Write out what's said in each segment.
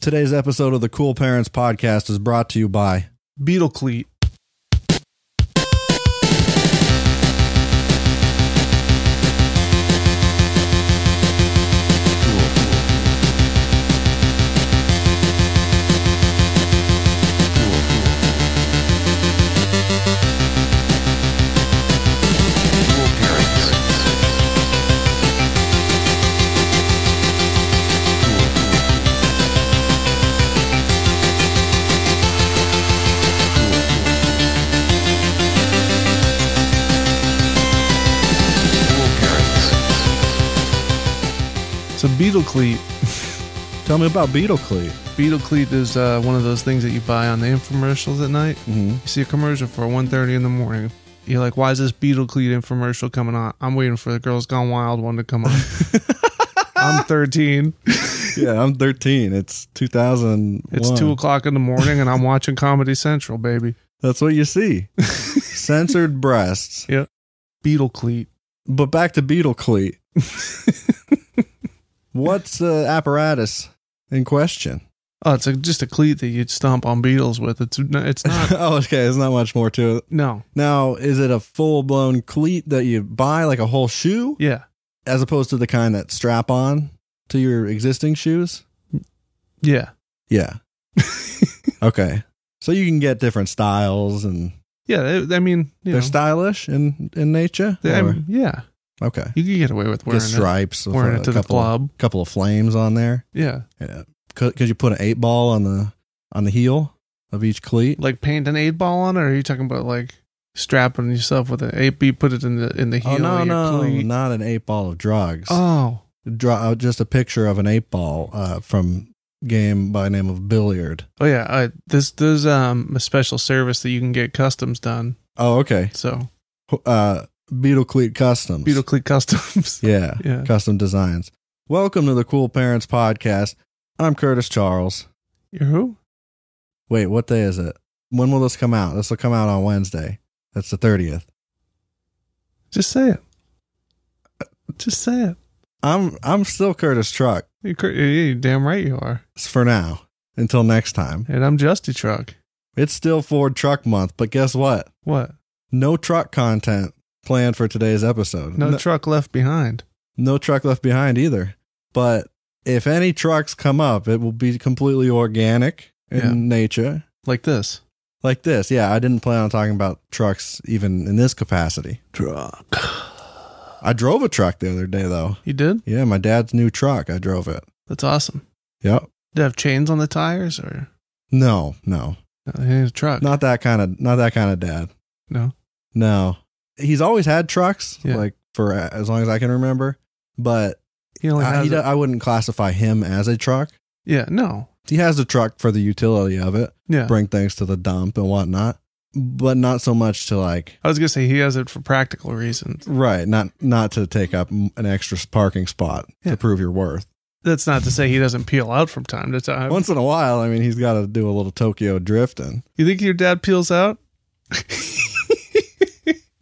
Today's episode of the Cool Parents Podcast is brought to you by Beetle cleat. So beetle cleat, Tell me about Beetle Cleat. beetle cleat is uh, one of those things that you buy on the infomercials at night. Mm-hmm. You see a commercial for 1.30 in the morning. You're like, why is this beetle cleat infomercial coming on? I'm waiting for the Girls Gone Wild one to come on. I'm 13. Yeah, I'm 13. It's 2000. It's two o'clock in the morning, and I'm watching Comedy Central, baby. That's what you see. Censored breasts. Beetle cleat. But back to Beetle Cleat. What's the apparatus in question? Oh, it's a, just a cleat that you'd stomp on beetles with. It's n- it's not. oh, okay. There's not much more to it. no. Now, is it a full blown cleat that you buy, like a whole shoe, Yeah. as opposed to the kind that strap on to your existing shoes? Yeah. Yeah. okay. So you can get different styles and Yeah. they- I mean, you know, they're stylish in in nature. they- I Or- mean, yeah. okay. You could get away with wearing Just it. stripes. with wearing a it to the couple, club. Couple of flames on there. Yeah. Yeah. Could, could you put an eight ball on the on the heel of each cleat? Like paint an eight ball on it, or are you talking about like strapping yourself with an eight you put it in the in the heel oh no of your no, cleat? not an eight ball of drugs. Oh. Draw out just a picture of an eight ball uh, from game by name of billiard. Oh yeah. Uh, this there's um a special service that you can get customs done. Oh okay. So Uh, Beetle cleat customs. beetle cleat customs. Yeah. yeah. custom designs. Welcome to the Cool Parents Podcast. I'm Curtis Charles. You're who? Wait, what day is it? When will this come out? This will come out on Wednesday. That's the 30th. Just say it. Just say it. I'm I'm still Curtis Truck You're, cr- yeah, you're damn right you are. for now. Until next time. And I'm Justy Truck. It's still Ford Truck Month, but guess what? What? No truck content planned for today's episode. No, truck left behind. no truck left behind either. But if any trucks come up, it will be completely organic in Yeah. nature. Like this. Like this. Yeah, I didn't plan on talking about trucks even in this capacity. Truck. I drove a truck the other day though. You did? Yeah, my dad's new truck. I drove it. That's awesome. Yep. Did it have chains on the tires or No, no. no, he had a truck? Not that kind of not that kind of dad. no. No. He's always had trucks Yeah. like for a- as long as I can remember, but He only I, has Uh, he, do- a- I wouldn't classify him as a truck. Yeah, no. He has a truck for the utility of it, Yeah. bring things to the dump and whatnot, but not so much to like I was gonna say he has it for practical reasons. right, not not to take up m- an extra parking spot Yeah. to prove your worth. That's not to say he doesn't peel out from time to time. Once in a while, I mean, he's got to do a little Tokyo drifting. you think your dad peels out?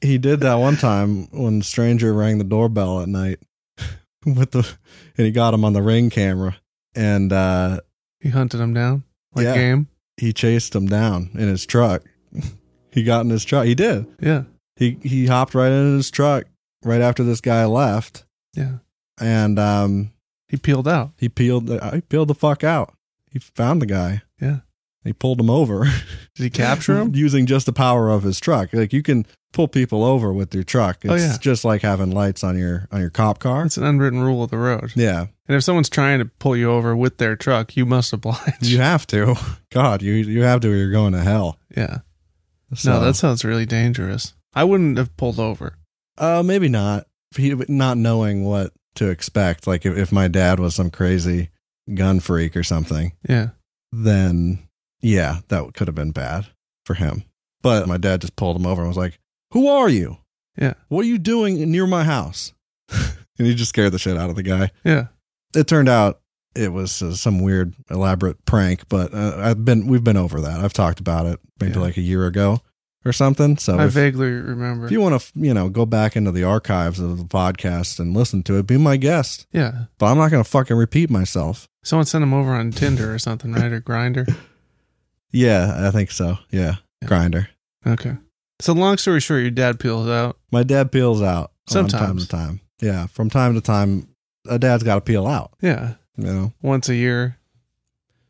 He did that one time when the stranger rang the doorbell at night with the, and he got him on the ring camera, and uh, He hunted him down like Yeah. game. he chased him down in his truck. he got in his truck. He did. Yeah, He he hopped right in his truck right after this guy left, yeah. and um, He peeled out. he peeled the, he peeled the fuck out. He found the guy. Yeah. He pulled him over. Did he capture him? using just the power of his truck. Like you can pull people over with your truck. It's Oh, yeah. just like having lights on your on your cop car. It's an unwritten rule of the road. yeah, And if someone's trying to pull you over with their truck, you must oblige. you have to. God, you you have to. or You're going to hell. yeah. So, No, that sounds really dangerous. I wouldn't have pulled over. uh, maybe not. He, not knowing what to expect. Like if, if my dad was some crazy gun freak or something, Yeah. then yeah, that could have been bad for him. But my dad just pulled him over and was like, Who are you? Yeah. What are you doing near my house? and he just scared the shit out of the guy. Yeah. It turned out it was uh, some weird elaborate prank, but uh, I've been we've been over that. I've talked about it maybe Yeah. like a year ago or something. So I if- vaguely remember. if you want to, you know, go back into the archives of the podcast and listen to it, be my guest. yeah. But I'm not going to fucking repeat myself. Someone sent him over on Tinder or something, right? Or Grinder. Yeah, I think so. Yeah, Yeah. grinder. Okay. So long story short, your dad peels out. My dad peels out from time Sometimes. to time. Yeah, from time to time, a dad's got to peel out. Yeah. You know. Once a year.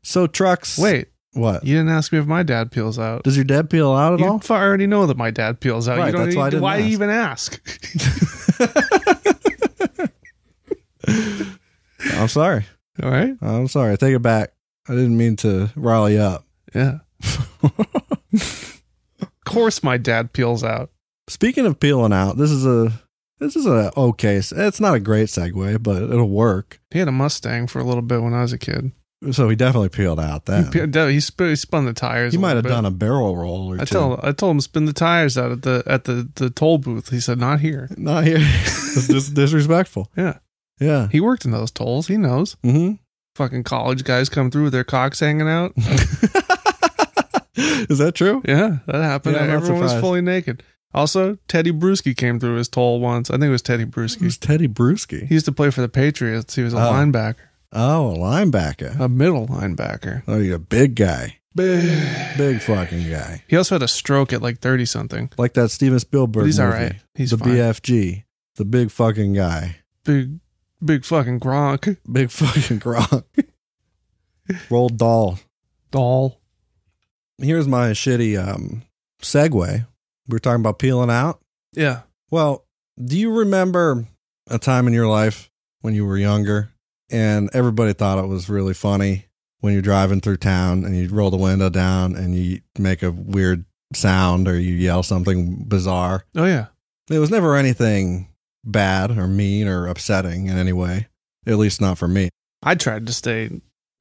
So trucks. Wait, what? you didn't ask me if my dad peels out. Does your dad peel out at You all? f- already know that my dad peels out. Right, you don't that's why I need- didn't why ask. even ask? I'm sorry. All right. I'm sorry. I take it back. I didn't mean to rile you up. Yeah. Of course, my dad peels out. Speaking of peeling out, this is a this is a okay. s- It's not a great segue, but it'll work. He had a Mustang for a little bit when I was a kid. So he definitely peeled out then. He, pe- no, he, sp- he spun the tires. He a might have little bit. done a barrel roll or I two. told I told him spin the tires out at the at the, the toll booth. He said not here. Not here. it's just disrespectful. Yeah, Yeah. he worked in those tolls. He knows. Mm-hmm. Fucking college guys come through with their cocks hanging out. Is that true? Yeah, that happened. Yeah, I'm not Everyone was surprised. fully naked. Also, Teddy Bruschi came through his toll once. I think it was Teddy Bruschi. Who's Teddy Bruschi? He used to play for the Patriots. He was a Oh. linebacker, Oh, a linebacker. a middle linebacker. Oh, you're a big guy. He Big fucking guy. also had a stroke at like thirty something. Like that Steven Spielberg But he's all movie. right. He's the fine. BFG. The big fucking guy. Big, big fucking Gronk Big fucking Gronk. Roll doll. doll. Here's my shitty um segue. We were talking about peeling out. Yeah, Well, do you remember a time in your life when you were younger and everybody thought it was really funny when you're driving through town and you roll the window down and you make a weird sound or you yell something bizarre? Oh yeah. It was never anything bad or mean or upsetting in any way, at least not for me. I tried to stay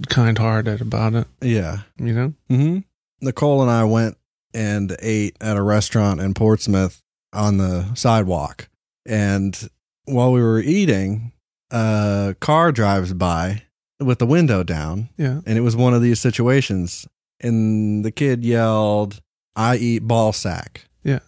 kind-hearted about it, Yeah. you know. Mm-hmm. Nicole and I went and ate at a restaurant in Portsmouth on the sidewalk. And while we were eating, a car drives by with the window down. Yeah. And it was one of these situations. And the kid yelled, I eat ball sack. Yeah.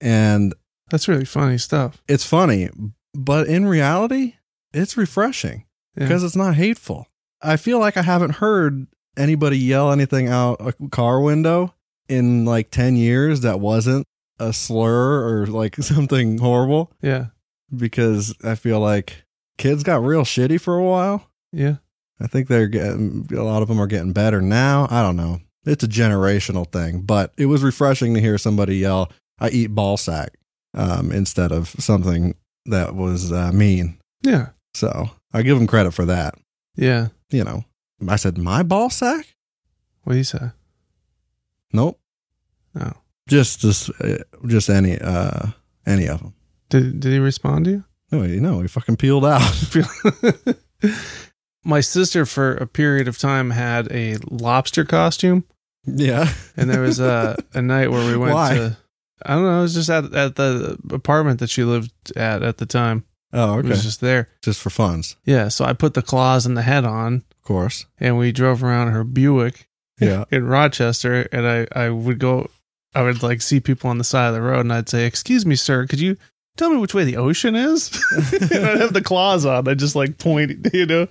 And That's really funny stuff. it's funny, but in reality, it's refreshing Yeah. because it's not hateful. I feel like I haven't heard anybody yell anything out a car window in like 10 years that wasn't a slur or like something horrible Yeah. because I feel like kids got real shitty for a while. Yeah. I think they're getting a lot of them are getting better now. I don't know. It's a generational thing, but it was refreshing to hear somebody yell, "I eat ball sack," um, instead of something that was uh, mean. Yeah. So I give them credit for that. Yeah. You know, I said my ball sack. What do you say? Nope. No. Just just uh, just any uh any of them. Did Did he respond to you? No, you know, we fucking peeled out. My sister, for a period of time, had a lobster costume, yeah. and there was uh, a a night where we went Why? to. I don't know. It was just at at the apartment that she lived at at the time. Oh, It okay. was Just, just there. for funs, Yeah. So I put the claws and the head on, of course. and we drove around her Buick, Yeah. in Rochester, and I, I would go, I would like see people on the side of the road, and I'd say, "Excuse me, sir, could you tell me which way the ocean is?" and I'd have the claws on. I just like point, you know.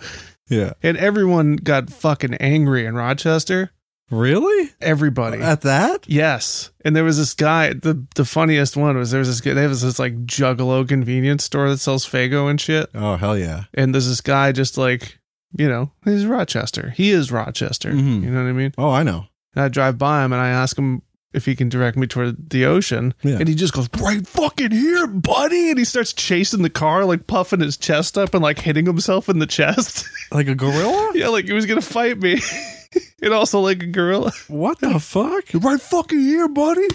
yeah. And everyone got fucking angry in Rochester. Really? Everybody. At that? Yes, and there was this guy. the The funniest one was there was this guy. They have this like juggalo convenience store that sells Fago and shit. Oh hell yeah. And there's this guy just like you know he's Rochester. He is Rochester. Mhm. You know what I mean? Oh, I know. And I drive by him and I ask him if he can direct me toward the ocean. Yeah. And he just goes, right fucking here, buddy. And he starts chasing the car, like puffing his chest up and like hitting himself in the chest. Like a gorilla? yeah, like he was going to fight me. and also like a gorilla. What the fuck? Right fucking here, buddy.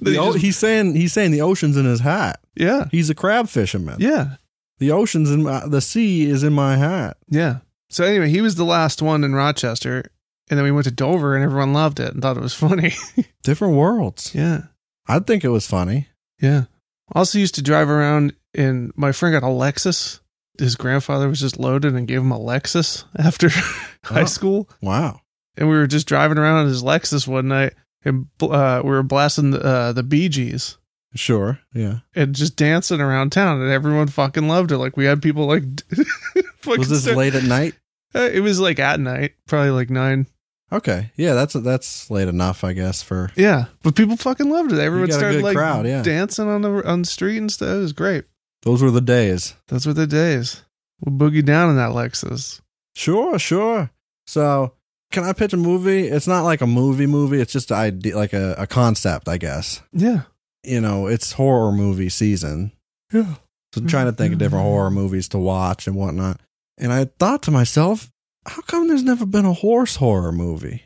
The o- he's saying he's saying the ocean's in his hat. yeah. He's a crab fisherman. Yeah. The ocean's in my, the sea is in my hat. Yeah. So anyway, he was the last one in Rochester. and then we went to Dover, and everyone loved it and thought it was funny. Different worlds. yeah, I'd think it was funny. yeah. Also used to drive around, and my friend got a Lexus. His grandfather was just loaded and gave him a Lexus after high Oh. school. Wow. and we were just driving around in his Lexus one night, and uh, we were blasting the, uh, the Bee Gees Sure. Yeah. and just dancing around town, and everyone fucking loved it. Like we had people like fucking Was this start- late at night? Uh, It was like at night, probably like nine. Okay. Yeah, that's that's late enough, I guess, for Yeah, but people fucking loved it. Everyone got a started good like crowd, yeah. dancing on the on the street and stuff. It was great. those were the days. That's what the days. We boogie down in that Lexus. Sure, sure. So can I pitch a movie? It's not like a movie movie, it's just an idea like a, a concept, I guess. Yeah, You know, it's horror movie season. yeah. So I'm trying to think of different Mhm. horror movies to watch and whatnot. And I thought to myself, how come there's never been a horse horror movie?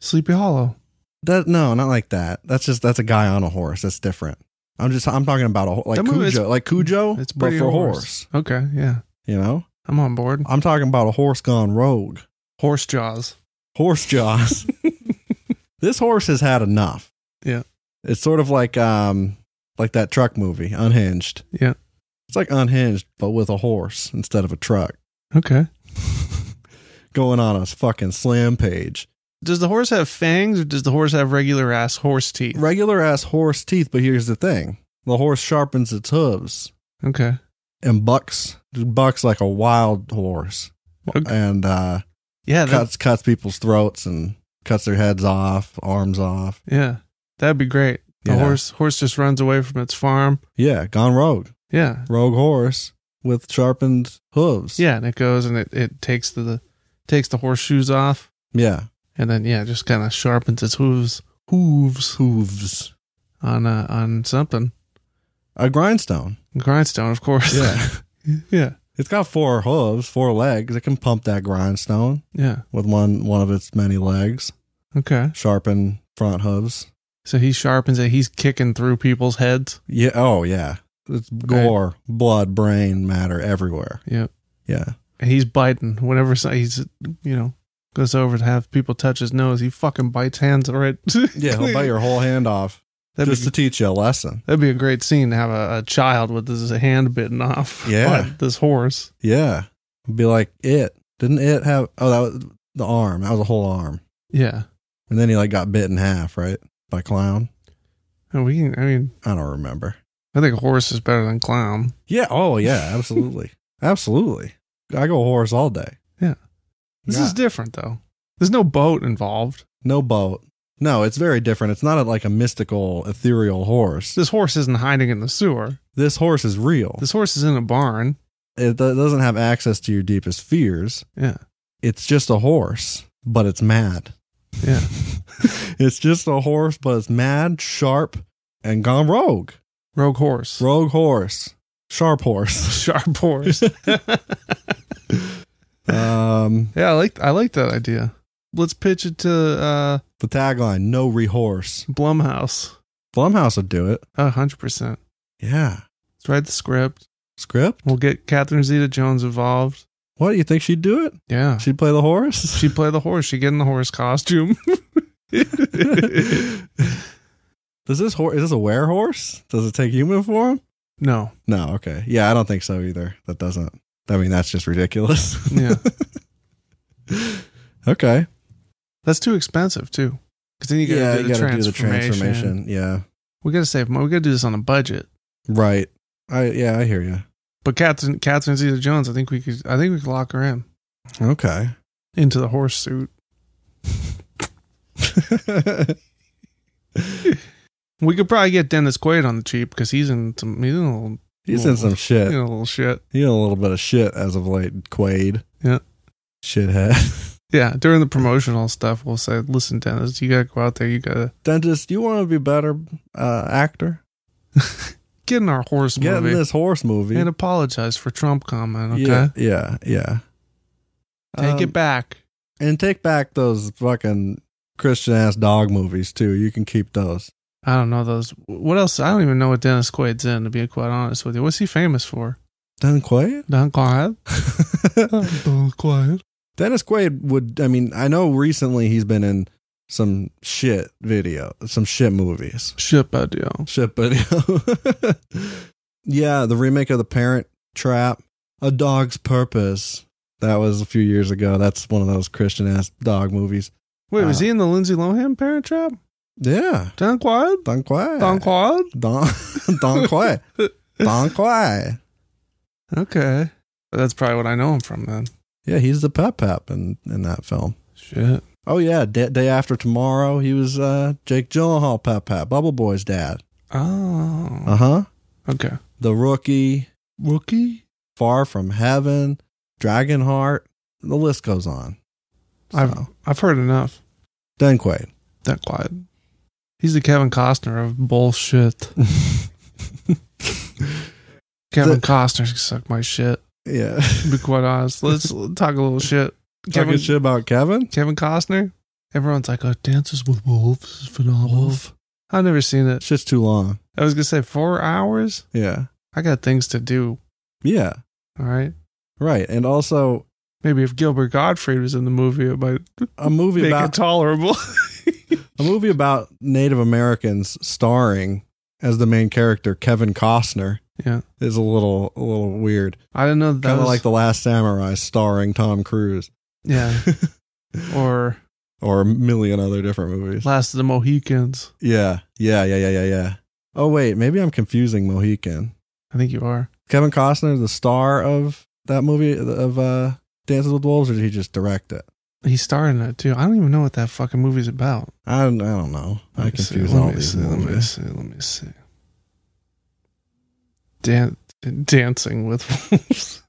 Sleepy Hollow. That no, not like that. That's just that's a guy on a horse. That's different. I'm just I'm talking about a ho- like That movie is- Cujo, like Cujo, It's but pretty for horse. horse. Okay, yeah, You know, I'm on board. I'm talking about a horse gone rogue. Horse Jaws. Horse Jaws. this horse has had enough. Yeah. It's sort of like um like that truck movie, Unhinged. Yeah. It's like Unhinged, but with a horse instead of a truck. Okay. Going on a fucking slam page. Does the horse have fangs or does the horse have regular ass horse teeth? Regular ass horse teeth, but here's the thing. The horse sharpens its hooves Okay. and bucks bucks like a wild horse. Okay. And uh Yeah. That, cuts cuts people's throats and cuts their heads off, arms off. yeah. That'd be great. The Yeah. horse horse just runs away from its farm. Yeah, gone rogue. Yeah. rogue horse with sharpened hooves. Yeah. And it goes and it, it takes the, the takes the horseshoes off Yeah. and then yeah, just kind of sharpens its hooves hooves Hooves. on uh, on something A grindstone. grindstone, of course. yeah. it's got four hooves, four legs. It can pump that grindstone Yeah. with one one of its many legs. Okay. Sharpened front hooves. So he sharpens it. He's kicking through people's heads. Yeah. Oh yeah. It's gore, blood, brain matter everywhere. Yep. Yeah. And he's biting whenever so- he's you know goes over to have people touch his nose. He fucking bites hands right. Yeah. He'll bite your whole hand off That'd just to be, teach you a lesson. that'd be a great scene to have a, a child with his hand bitten off. Yeah. by this horse. Yeah. Be like it. Didn't it have? Oh, that was the arm. That was a whole arm. Yeah, And then he like got bit in half, right? By clown. and we. can- I mean, I don't remember. I think horse is better than clown. Yeah. Oh, yeah. Absolutely. absolutely. I go horse all day. Yeah. This Yeah. is different though. There's no boat involved. no boat. No, it's very different. It's not a, like a mystical, ethereal horse. This horse isn't hiding in the sewer. This horse is real. This horse is in a barn. It do- doesn't have access to your deepest fears. Yeah, It's just a horse, but it's mad. yeah. It's just a horse, but it's mad, sharp, and gone rogue. Rogue horse. Rogue horse. Sharp horse. Sharp horse. um, yeah, I like I like that idea. Let's pitch it to uh the tagline, no rehorse. Blumhouse. Blumhouse would do it. A hundred percent. Yeah. Let's write the script. Script? We'll get Catherine Zeta Jones involved. What you think she'd do it? Yeah. She'd play the horse? She'd play the horse. She'd get in the horse costume. Does this horse is this a were horse? Does it take human form? no. No, okay. Yeah, I don't think so either. That doesn't I mean that's just ridiculous. Yeah. okay. That's too expensive too. Because then you gotta, yeah, do, you the gotta do the transformation. transformation. Yeah. We gotta save money. We gotta do this on a budget. Right. I yeah, I hear you. But Catherine Catherine Zeta Jones, I think we could I think we could lock her in Okay. into the horse suit. We could probably get Dennis Quaid on the cheap because he's in some he's in a little, He's in some shit. in a little shit. He in a little bit of shit as of late, Quaid. Yeah. Shithead. Yeah, during the promotional stuff, we'll say, "Listen, Dennis, you gotta go out there. You gotta Dentist, you want to be better uh, actor? get in our horse Get in movie this horse movie. and apologize for Trump comment. Okay, Yeah, yeah, yeah. take Um, it back. and take back those fucking Christian ass dog movies too. You can keep those. I don't know those. What else? I don't even know what Dennis Quaid's in. To be quite honest with you, what's he famous for? Done quiet. Uh, Don Quaid. Don Quaid. Dennis Quaid would. I mean, I know recently he's been in some shit video, some shit movies, Shit Badil. shit video. yeah, the remake of The Parent Trap, A Dog's Purpose. That was a few years ago. That's one of those Christian ass dog movies. Wait, was Uh, he in the Lindsay Lohan Parent Trap? Yeah, Don Quad? Don Quaid. Don Quad? Don Don Quaid. Don Quaid. Okay. That's probably what I know him from then. Yeah, he's the pep pep in, in that film. Shit. Oh yeah, day, day after tomorrow, he was uh, Jake Gyllenhaal pep pep, Bubble Boy's dad. Oh. Uh huh. Okay. The rookie, Rookie? Far from Heaven, Dragonheart. The list goes on. I've I've heard enough. Dan Quaid. Don Quad. He's the Kevin Costner of bullshit. Kevin Costner can suck my shit. yeah. To be quite honest. Let's talk a little shit. Talking Kevin shit about Kevin. Kevin Costner? Everyone's like, oh, Dances with Wolves is phenomenal. I've never seen it. Shit's too long. I was gonna say four hours. Yeah. I got things to do. Yeah. All right. Right. And also Maybe if Gilbert Gottfried was in the movie, it might a movie make it about tolerable. a movie about Native Americans starring as the main character Kevin Costner yeah. is a little a little weird. I didn't know that. Kind of was, like the Last Samurai starring Tom Cruise yeah. Or or a million other different movies. Last of the Mohicans. Yeah, yeah, yeah, yeah, yeah, yeah. Oh wait, maybe I'm confusing Mohican. I think you are. Kevin Costner, the star of that movie of uh, Dances with Wolves, or did he just direct it? He starred in it too. I don't even know what that fucking movie's about. I don't, I don't know. Let I me see, confuse let all me these see, Let me movies. see. Let me see. Dan- dancing with wolves.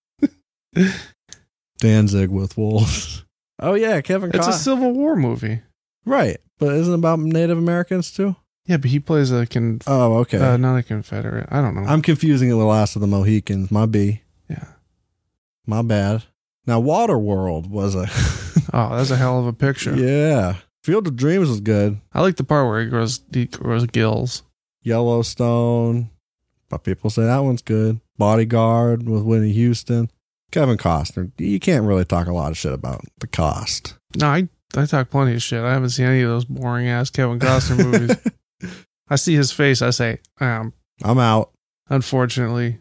Danzig with Wolves. Oh yeah, Kevin It's a Costner. Civil War movie. right, but isn't it about Native Americans too? Yeah, but he plays a con- Oh okay. uh, not a Confederate. I don't know. Mm-hmm. I'm confusing it with Last of the Mohicans. My B. yeah. My bad. Now Waterworld was a Oh, that's a hell of a picture. yeah. Field of Dreams was good. I like the part where he grows he grows gills. Yellowstone, but people say that one's good. Bodyguard with Whitney Houston. Kevin Costner. You can't really talk a lot of shit about the cost. No, I I talk plenty of shit. I haven't seen any of those boring ass Kevin Costner movies. I see his face. I say, um, I'm out. unfortunately,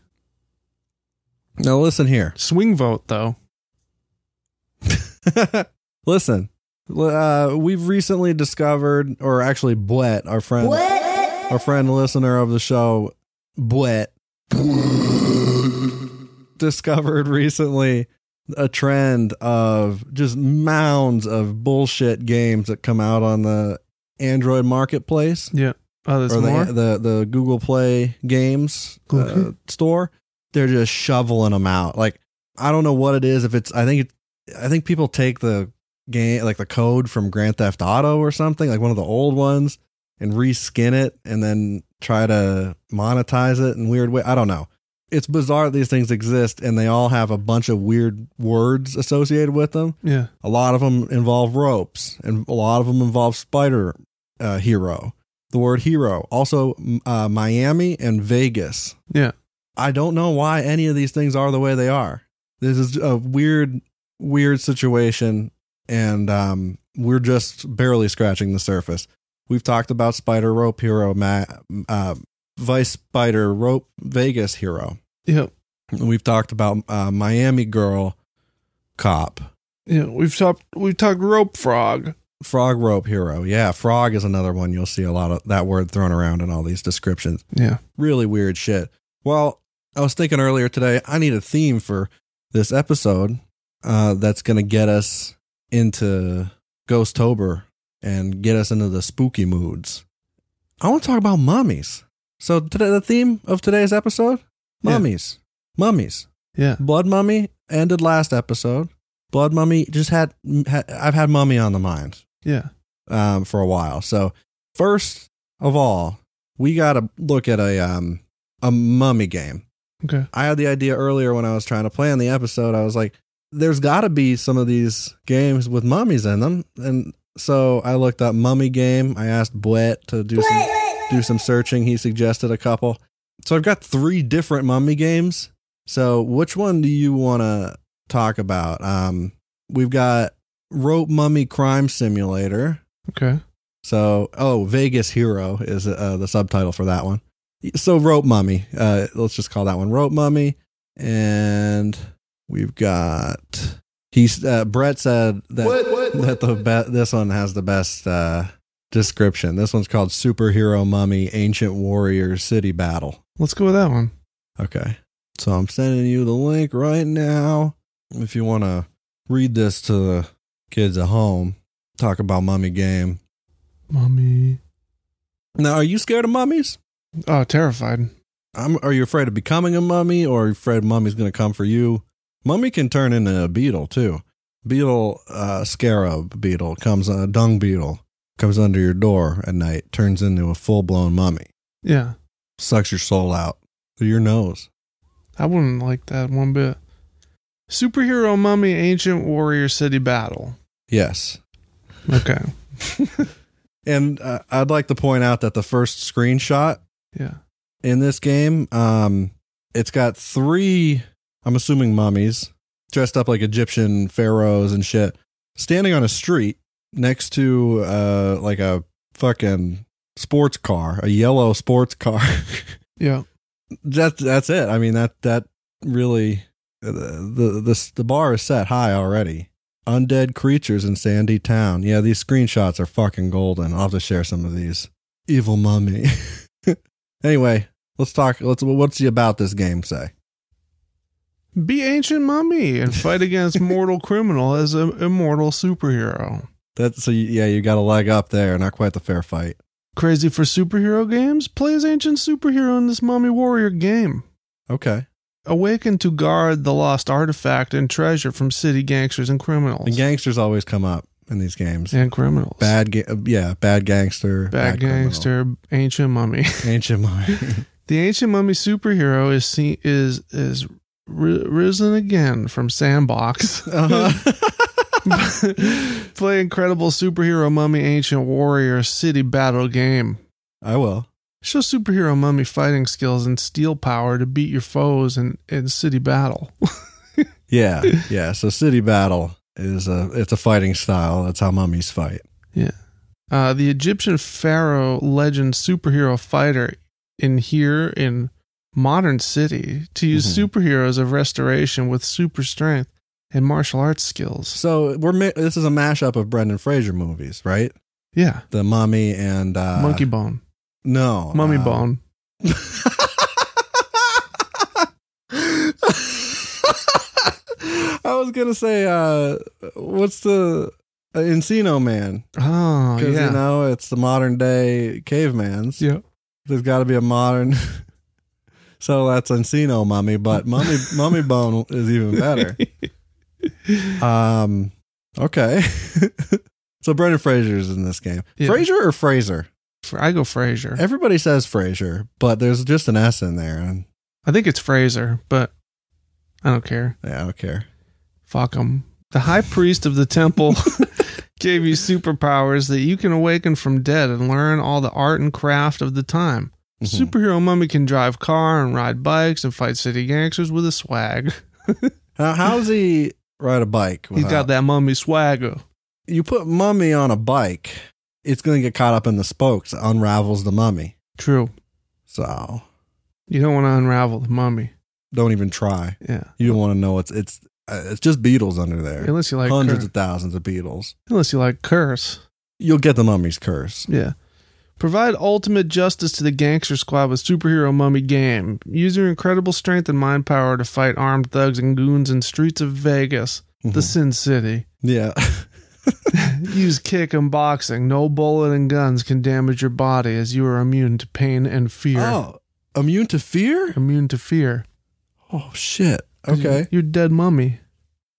Now listen here. swing vote though. listen. Uh, we've recently discovered, or actually, Blet, our friend, our friend listener of the show, Blet, discovered recently a trend of just mounds of bullshit games that come out on the Android marketplace Yeah. Oh, there's or the, more. the the Google Play Games uh, Okay. store. They're just shoveling them out. Like I don't know what it is. If it's I think it, I think people take the game like the code from Grand Theft Auto or something like one of the old ones and reskin it and then try to monetize it in weird way. I don't know. It's bizarre that these things exist and they all have a bunch of weird words associated with them. yeah. A lot of them involve ropes, and a lot of them involve spider uh, hero. The word hero, also m- uh, Miami and Vegas. Yeah. I don't know why any of these things are the way they are. This is a weird, weird situation, and um, we're just barely scratching the surface. We've talked about Spider Rope Hero, Ma- uh, Vice Spider Rope Vegas Hero. Yeah. We've talked about uh, Miami Girl Cop. Yeah. We've talked we've talked rope frog. Frog rope hero. Yeah, frog is another one you'll see a lot of that word thrown around in all these descriptions. Yeah. Really weird shit. Well, I was thinking earlier today, I need a theme for this episode uh, that's going to get us into Ghostober and get us into the spooky moods. I want to talk about mummies. So, today, the theme of today's episode Yeah. mummies. Mummies. Yeah. Blood Mummy ended last episode. Blood Mummy just had, had I've had Mummy on the mind Yeah. um, for a while. So first of all, we got to look at a um, a mummy game. Okay. I had the idea earlier when I was trying to plan the episode. I was like, "There's got to be some of these games with mummies in them," and so I looked up mummy game. I asked Bwet to do some do some searching. He suggested a couple. So I've got three different mummy games. So which one do you want to talk about? Um, We've got Rope Mummy Crime Simulator. Okay. So, oh, Vegas Hero is uh, the subtitle for that one. So, Rope Mummy. Uh, let's just call that one Rope Mummy. And we've got he's uh, Brett said that that the be- this one has the best uh, description. This one's called Superhero Mummy Ancient Warrior City Battle. Let's go with that one. Okay, so I'm sending you the link right now. If you want to read this to the kids at home, talk about mummy game. Mummy. Now, are you scared of mummies? Oh, terrified. I'm, are you afraid of becoming a mummy or are you afraid mummy's going to come for you? Mummy can turn into a beetle too. Beetle, uh, scarab beetle comes, a dung beetle comes under your door at night, turns into a full blown mummy, Yeah. sucks your soul out through your nose. I wouldn't like that one bit. Superhero mummy ancient warrior city battle. Yes. Okay. And uh, I'd like to point out that the first screenshot Yeah. in this game, um, it's got three, I'm assuming mummies, dressed up like Egyptian pharaohs and shit, standing on a street next to uh, like a fucking sports car, a yellow sports car. Yeah. that's that's it. I mean that that really the the the, the bar is set high already. Undead creatures in Sandy Town. Yeah, these screenshots are fucking golden. I'll have to share some of these. Evil mummy. anyway, let's talk. Let's. What's the about this game say? Be ancient mummy and fight against mortal criminal as an immortal superhero. That's so. You, yeah, you got a leg up there. Not quite the fair fight. Crazy for superhero games? Play as ancient superhero in this mummy warrior game. Okay. Awaken to guard the lost artifact and treasure from city gangsters and criminals. The gangsters always come up in these games. and criminals. Bad. Ga- yeah. Bad gangster. Bad criminal. gangster, ancient mummy. Ancient mummy. The ancient mummy superhero is seen, is is ri- risen again from sandbox. uh-huh. Play incredible superhero mummy ancient warrior city battle game. I will. Show superhero mummy fighting skills and steel power to beat your foes in, in city battle. Yeah, yeah. So city battle is a it's a fighting style. That's how mummies fight. Uh, the Egyptian pharaoh legend superhero fighter in here in modern city to use Mhm. superheroes of restoration with super strength and martial arts skills. So we're mi- this is a mashup of Brendan Fraser movies, right? Yeah, The Mummy and uh, monkey bone. No, Mummy uh, Bone. I was gonna say, uh, what's the uh, Encino Man? Oh, Because yeah. you know it's the modern day cavemans. yeah. There's got to be a modern. so that's Encino Mummy, but Mummy Mummy Bone is even better. Um. Okay. so Brendan Fraser's in this game. Yeah. Fraser or Fraser? Fra- I go Fraser. Everybody says Fraser, but there's just an S in there, and I think it's Fraser, but I don't care. yeah, I don't care. Fuck him. The high priest of the temple gave you superpowers that you can awaken from dead and learn all the art and craft of the time. Mhm. Superhero mummy can drive car and ride bikes and fight city gangsters with a swag. How, how's he ride a bike? He's got that mummy swagger. You put mummy on a bike, it's gonna get caught up in the spokes, unravels the mummy. True. So You don't want to unravel the mummy. don't even try. Yeah. You don't want to know it's it's uh, it's just beetles under there. Unless you like Hundreds cur- of thousands of beetles. unless you like curse. You'll get the mummy's curse. Yeah. Provide ultimate justice to the gangster squad with superhero mummy game. Use your incredible strength and mind power to fight armed thugs and goons in streets of Vegas, the Mhm. Sin City. Yeah. Use kick and boxing. No bullet and guns can damage your body as you are immune to pain and fear. Oh, immune to fear? Immune to fear. Oh shit. 'Cause Okay. You're, you're dead mummy.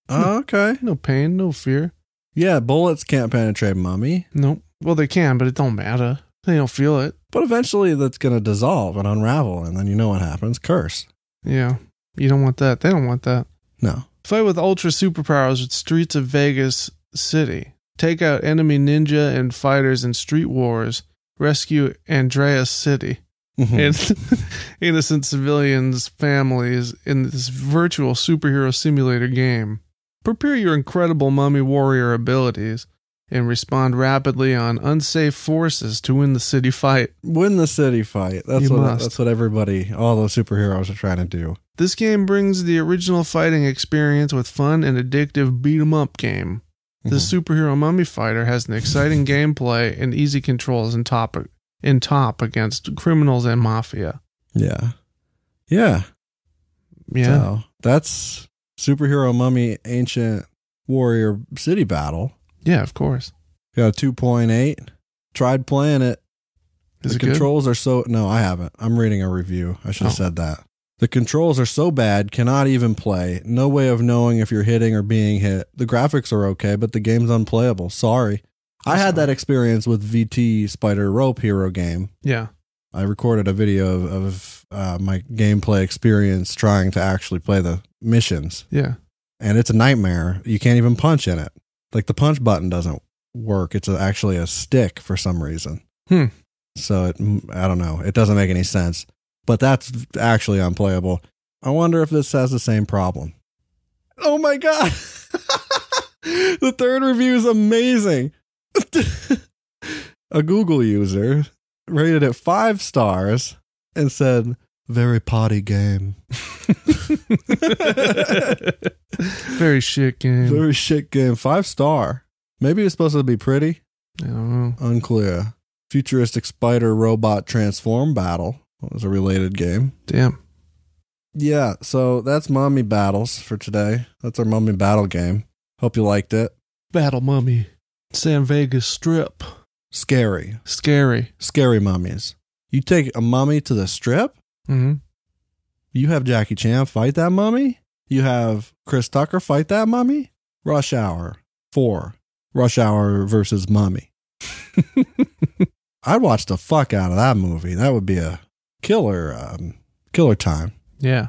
Hmm. Oh, okay. No pain, no fear. Yeah, bullets can't penetrate mummy, Nope. Well, they can, but it don't matter. They don't feel it. but eventually that's gonna dissolve and unravel, and then you know what happens. Curse. Yeah. You don't want that. They don't want that. No. Fight with ultra superpowers with streets of Vegas City. Take out enemy ninja and fighters in street wars. Rescue Andreas City Mhm. and innocent civilians' families in this virtual superhero simulator game. Prepare your incredible mummy warrior abilities and respond rapidly on unsafe forces to win the city fight. Win the city fight. That's You what must. that's what everybody, all those superheroes are trying to do. This game brings the original fighting experience with fun and addictive beat 'em up game. The superhero mummy fighter has an exciting gameplay and easy controls in top in top against criminals and mafia. Yeah. Yeah. Yeah. So that's superhero mummy ancient warrior city battle. Yeah, of course. Got a two point eight. Tried playing it. the Is it controls are so no, I haven't. I'm reading a review. I should have Oh. said that. The controls are so bad, cannot even play. No way of knowing if you're hitting or being hit. The graphics are okay, but the game's unplayable. Sorry. I had that experience with VT Spider Rope Hero game. good? Yeah. I recorded a video of, of uh, my gameplay experience trying to actually play the missions Yeah. and it's a nightmare. You can't even punch in it. Like the punch button doesn't work. It's a, actually a stick for some reason. Hmm. So it, I don't know. It doesn't make any sense. But that's actually unplayable. I wonder if this has the same problem. Oh my god! the third review is amazing. a Google user rated it five stars and said, "Very potty game." Very shit game. Very shit game. Five star. Maybe it's supposed to be pretty. I don't know. Unclear. Futuristic spider robot transform battle was a related game. Damn. Yeah, so that's Mummy Battles for today. That's our Mummy Battle game. Hope you liked it. Battle Mummy. San Vegas Strip. Scary. Scary. Scary mummies. You take a mummy to the strip? Mm-hmm. You have Jackie Chan fight that mummy? You have Chris Tucker fight that mummy? Rush Hour 4. Rush Hour versus Mummy. I'd watch the fuck out of that movie. That would be a killer um, killer time. Yeah.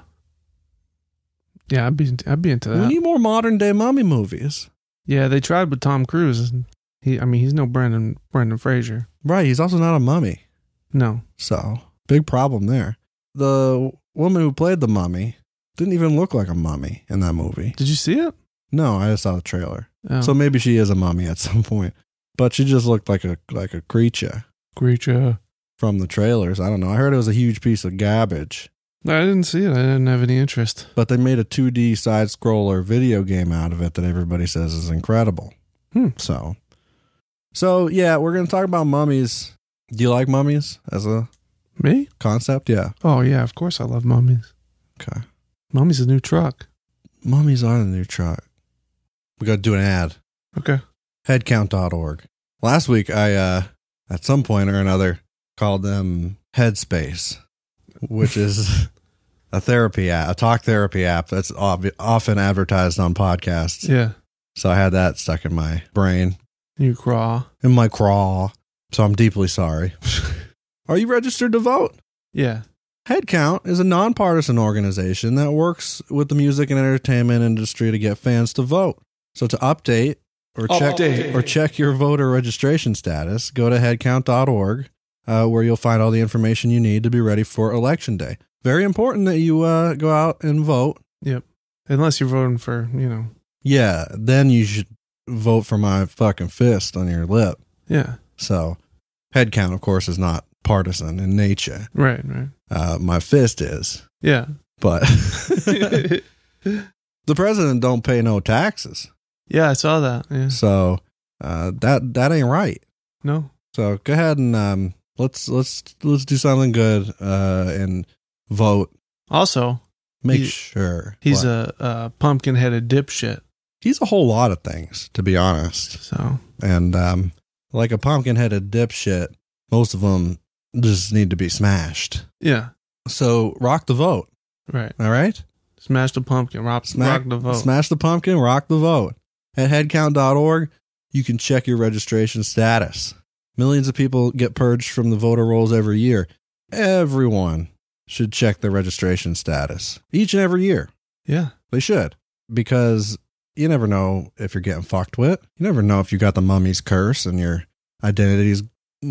Yeah, I'd be I'd be into We that. need more modern day mummy movies. yeah, they tried with Tom Cruise. and He I mean, he's no Brandon Brandon Fraser. Right, he's also not a mummy. No. So, big problem there. The woman who played the mummy didn't even look like a mummy in that movie. Did you see it? No, I just saw the trailer. Oh. So maybe she is a mummy at some point, but she just looked like a like a creature creature. from the trailers. I don't know. I heard it was a huge piece of garbage, No, I didn't see it. I didn't have any interest. but they made a 2D side scroller video game out of it that everybody says is incredible. Hmm. So, so yeah, we're gonna talk about mummies. Do you like mummies as a Me? concept? Yeah. Oh yeah, of course I love mummies. Okay. Mummy's a new truck. Mummies are the new truck. We gotta do an ad. Okay. Headcount.org. Last week, I uh, at some point or another called them Headspace, which is a therapy app, a talk therapy app that's ob- often advertised on podcasts. Yeah. So I had that stuck in my brain, New craw. in my craw. So I'm deeply sorry. Are you registered to vote? Yeah. Headcount is a nonpartisan organization that works with the music and entertainment industry to get fans to vote. So to update or check Update. or check your voter registration status, go to headcount.org uh, where you'll find all the information you need to be ready for election day. Very important that you uh, go out and vote. Unless you're voting for, you know. Yeah, then you should vote for my fucking fist on your lip. Yeah. So headcount, of course, is not partisan in nature. Right, right. Uh, my fist is, Yeah. but. the president don't pay no taxes. yeah, I saw that. Yeah. So uh, that that ain't right. No. So go ahead and um, let's let's let's do something good uh, and vote. Also, Make He- sure he's What? a, a pumpkin headed dipshit. he's a whole lot of things to be honest, So and um, like a pumpkin headed dipshit, most of them just need to be smashed. yeah. So rock the vote. Right. All right. Smash the pumpkin. Rock, Smack- rock the vote. Smash the pumpkin, rock the vote. At headcount.org, you can check your registration status. Millions of people get purged from the voter rolls every year. Everyone should check their registration status each and every year. Yeah. They should because you never know if you're getting fucked with. You never know if you got the mummy's curse and your identity's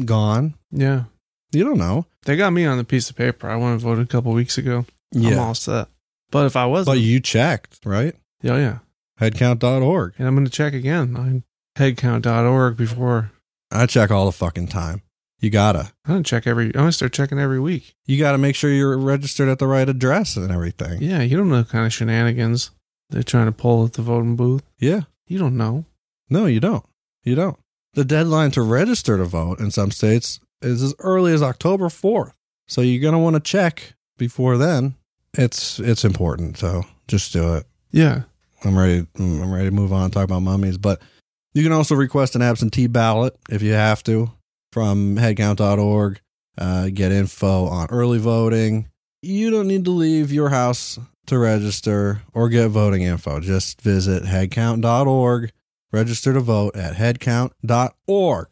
gone. Yeah. You don't know. They got me on the piece of paper. I went and voted a couple weeks ago. I'm all set. But if I wasn't, But you checked, right? yeah, yeah. headcount.org. And I'm going to check again on headcount.org before. I check all the fucking time. You gotta. I'm going to check every. I'm going to start checking every week. You gotta make sure you're registered at the right address and everything. Yeah, you don't know the kind of shenanigans they're trying to pull at the voting booth. yeah. You don't know. No, you don't. You don't. The deadline to register to vote in some states is as early as October 4th. So you're going to want to check before then. It's it's important, so just do it. Yeah. I'm ready mm, I'm ready to move on and talk about mummies, but you can also request an absentee ballot if you have to from headcount.org. Uh, get info on early voting. You don't need to leave your house to register or get voting info. Just visit headcount.org Register to vote at headcount.org.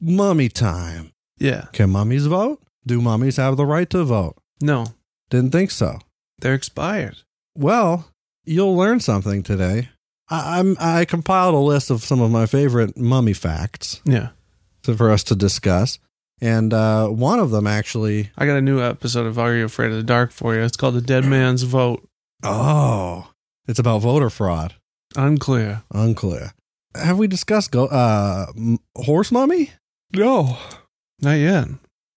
Mummy time. Yeah. Can mummies vote? Do mummies have the right to vote? No, Didn't think so. they're expired. Well, you'll learn something today. I, I'm, I compiled a list of some of my favorite mummy facts Yeah. to, for us to discuss. And uh, one of them actually. I got a new episode of Are You Afraid of the Dark for you. It's called The Dead Man's Vote. Oh, it's about voter fraud. Unclear. Unclear. Have we discussed go, uh, m- horse mummy? No. Not yet.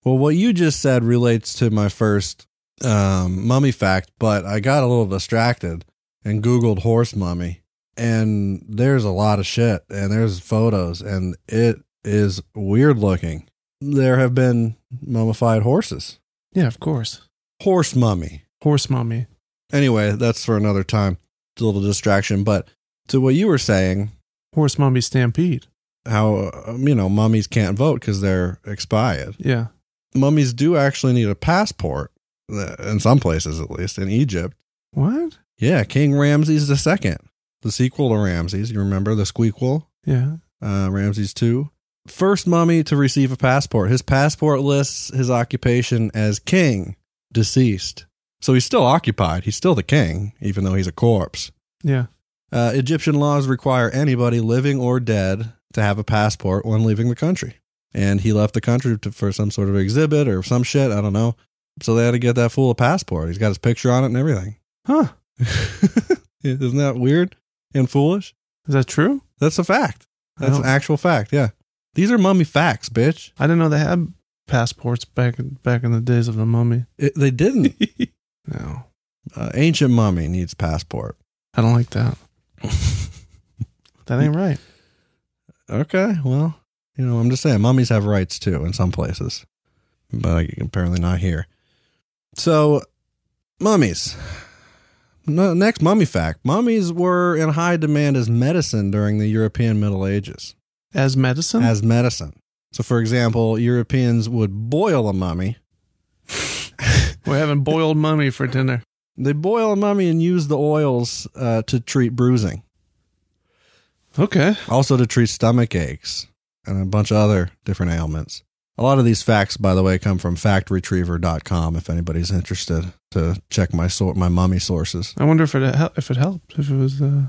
Well, what you just said relates to my first um, mummy fact, but I got a little distracted and Googled horse mummy, and there's a lot of shit, and there's photos, and it is weird looking. There have been mummified horses, Yeah, of course. horse mummy. Horse mummy. Anyway, that's for another time. It's a little distraction, but to what you were saying, Horse mummy stampede. how um, you know mummies can't vote because they're expired. Yeah. mummies do actually need a passport uh, in some places at least in egypt What? yeah king ramses ii the sequel to ramses you remember the squeakquel Yeah. uh, ramses ii first mummy to receive a passport his passport lists his occupation as king deceased so he's still occupied he's still the king even though he's a corpse Yeah. uh, egyptian laws require anybody living or dead to have a passport when leaving the country and he left the country to, for some sort of exhibit or some shit. I don't know. So they had to get that fool a passport. He's got his picture on it and everything. Huh. Isn't that weird and foolish? Is that true? That's a fact. That's I, an don't- actual fact. Yeah. These are mummy facts, bitch. I didn't know they had passports back back in the days of the mummy. It, they didn't. No. uh, ancient mummy needs passport. I don't like that. That ain't right. Okay. Well, you know, I'm just saying mummies have rights too in some places, but like, apparently not here. So, mummies. No, next mummy fact mummies were in high demand as medicine during the European Middle Ages, As medicine? as medicine. So, for example, Europeans would boil a mummy. We're having boiled mummy for dinner. They boil a mummy and use the oils uh, to treat bruising, Okay. also to treat stomach aches and a bunch of other different ailments. A lot of these facts, by the way, come from factretriever.com if anybody's interested to check my sor- my mummy sources. I wonder if it hel- if it helped, if it was uh,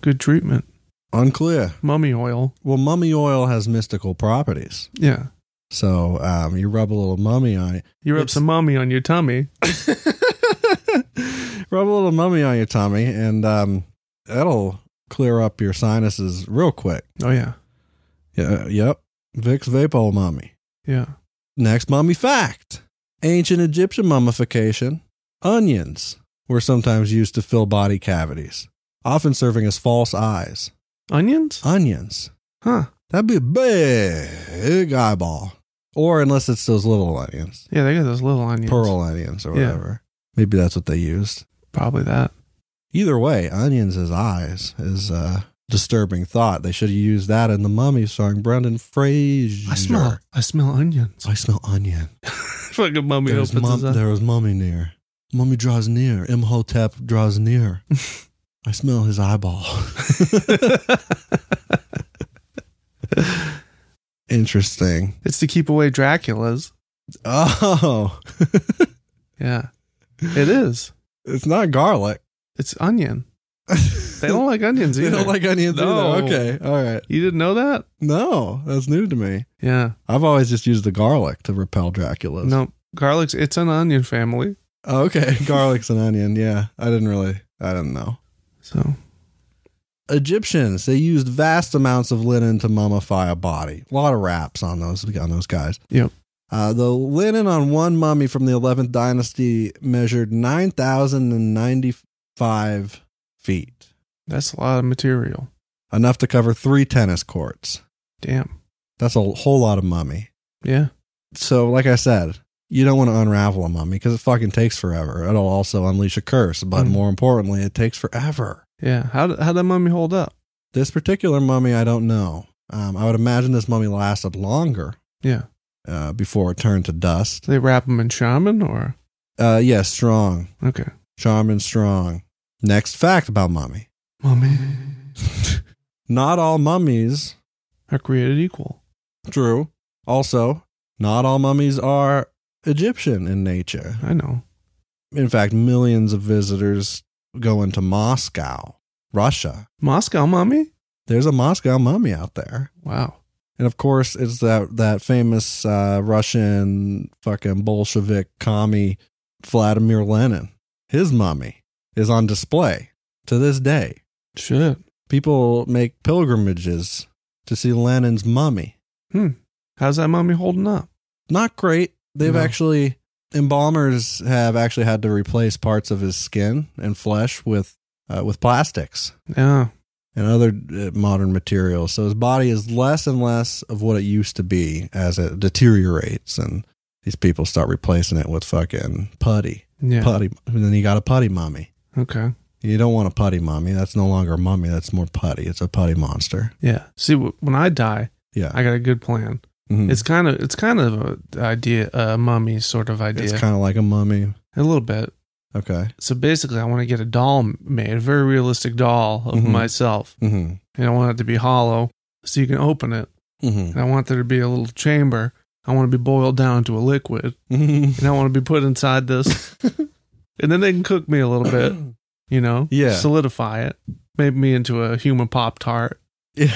good treatment. Unclear. Mummy oil. Well, mummy oil has mystical properties. Yeah. So um, you rub a little mummy on it. You rub It's- some mummy on your tummy. rub a little mummy on your tummy, and um, that'll clear up your sinuses real quick. Oh, yeah. Yeah, uh, yep. Vicks Vapo Mummy. Yeah. Next mummy fact ancient Egyptian mummification, onions were sometimes used to fill body cavities, often serving as false eyes. Onions? Onions. Huh. That'd be a big eyeball. Or unless it's those little onions, Yeah, they got those little onions. pearl onions or Yeah. whatever. Maybe that's what they used. Probably that. Either way, onions as eyes is a disturbing thought. They should have used that in the mummy starring Brendan Fraser. I smell. I smell onions. I smell onion. Fucking mummy There's opens mum, his eye. there was mummy near. Mummy draws near. Imhotep draws near. I smell his eyeball. Interesting. It's to keep away Dracula's. Oh, Yeah, it is. it's not garlic. It's onion. They don't like onions They either. don't like onions No. either. Okay, all right. you didn't know that? No, that's new to me. Yeah. I've always just used the garlic to repel Dracula's. No, garlic's. It's an onion family. Oh, okay, garlic's an onion. Yeah, I didn't really. I didn't know. So Egyptians, they used vast amounts of linen to mummify a body. A lot of wraps on those on those guys. Yep. Uh, the linen on one mummy from the 11th dynasty measured 9,095 feet, That's a lot of material. enough to cover three tennis courts. Damn. That's a whole lot of mummy. Yeah. So, like I said, you don't want to unravel a mummy because it fucking takes forever. It'll also unleash a curse, but Mhm. more importantly, it takes forever. Yeah. How how that mummy hold up? This particular mummy, I don't know. Um, I would imagine this mummy lasted longer Yeah. uh, before it turned to dust. Do they wrap them in shaman or Uh, yes, strong. okay, Charmin strong. Next fact about mummy. mummy Not all mummies, are created equal. true. Also, not all mummies are Egyptian in nature. I know. In fact, millions of visitors go into Moscow, Russia. Moscow mummy. There's a Moscow mummy out there. Wow. And of course, it's that that famous uh, Russian fucking Bolshevik commie Vladimir Lenin. His mummy is on display to this day. Shit. People make pilgrimages to see Lenin's mummy. How's that mummy holding up? Not great. They've No. actually embalmers have actually had to replace parts of his skin and flesh with uh, with plastics Yeah. and other uh, modern materials. So his body is less and less of what it used to be as it deteriorates, and these people start replacing it with fucking putty, Yeah. putty, and then you got a putty mummy. Okay. You don't want a putty mummy. That's no longer a mummy. That's more putty. It's a putty monster. Yeah. See, wh- when I die, Yeah, I got a good plan. Mhm. It's kind of it's kind of a idea, a mummy sort of idea, it's kind of like a mummy. a little bit. Okay. So basically, I want to get a doll made, a very realistic doll of Mhm. myself, hmm and I want it to be hollow, so you can open it. hmm And I want there to be a little chamber. I want to be boiled down to a liquid, and I want to be put inside this. and then they can cook me a little bit, you know? Yeah. Solidify it. Make me into a human Pop Tart, yeah.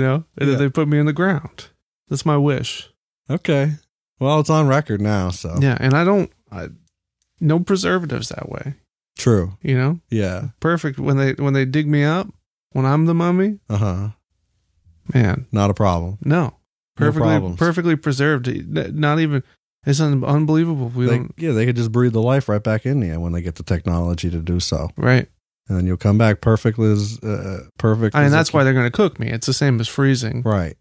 know? And Yeah. then they put me in the ground. That's my wish. okay. Well, it's on record now, so Yeah. And I don't, I, no preservatives that way, true. you know? Yeah. Perfect. When they, when they dig me up, when I'm the mummy, Uh huh. man, Not a problem. no. No Perfectly, problems. perfectly preserved. N- Not even, it's un- unbelievable. We they, don't, yeah, they could just breathe the life right back in you when they get the technology to do so, right. and then you'll come back perfectly as uh, perfect. I mean, as that's it why they're going to cook me. It's the same as freezing. can- right.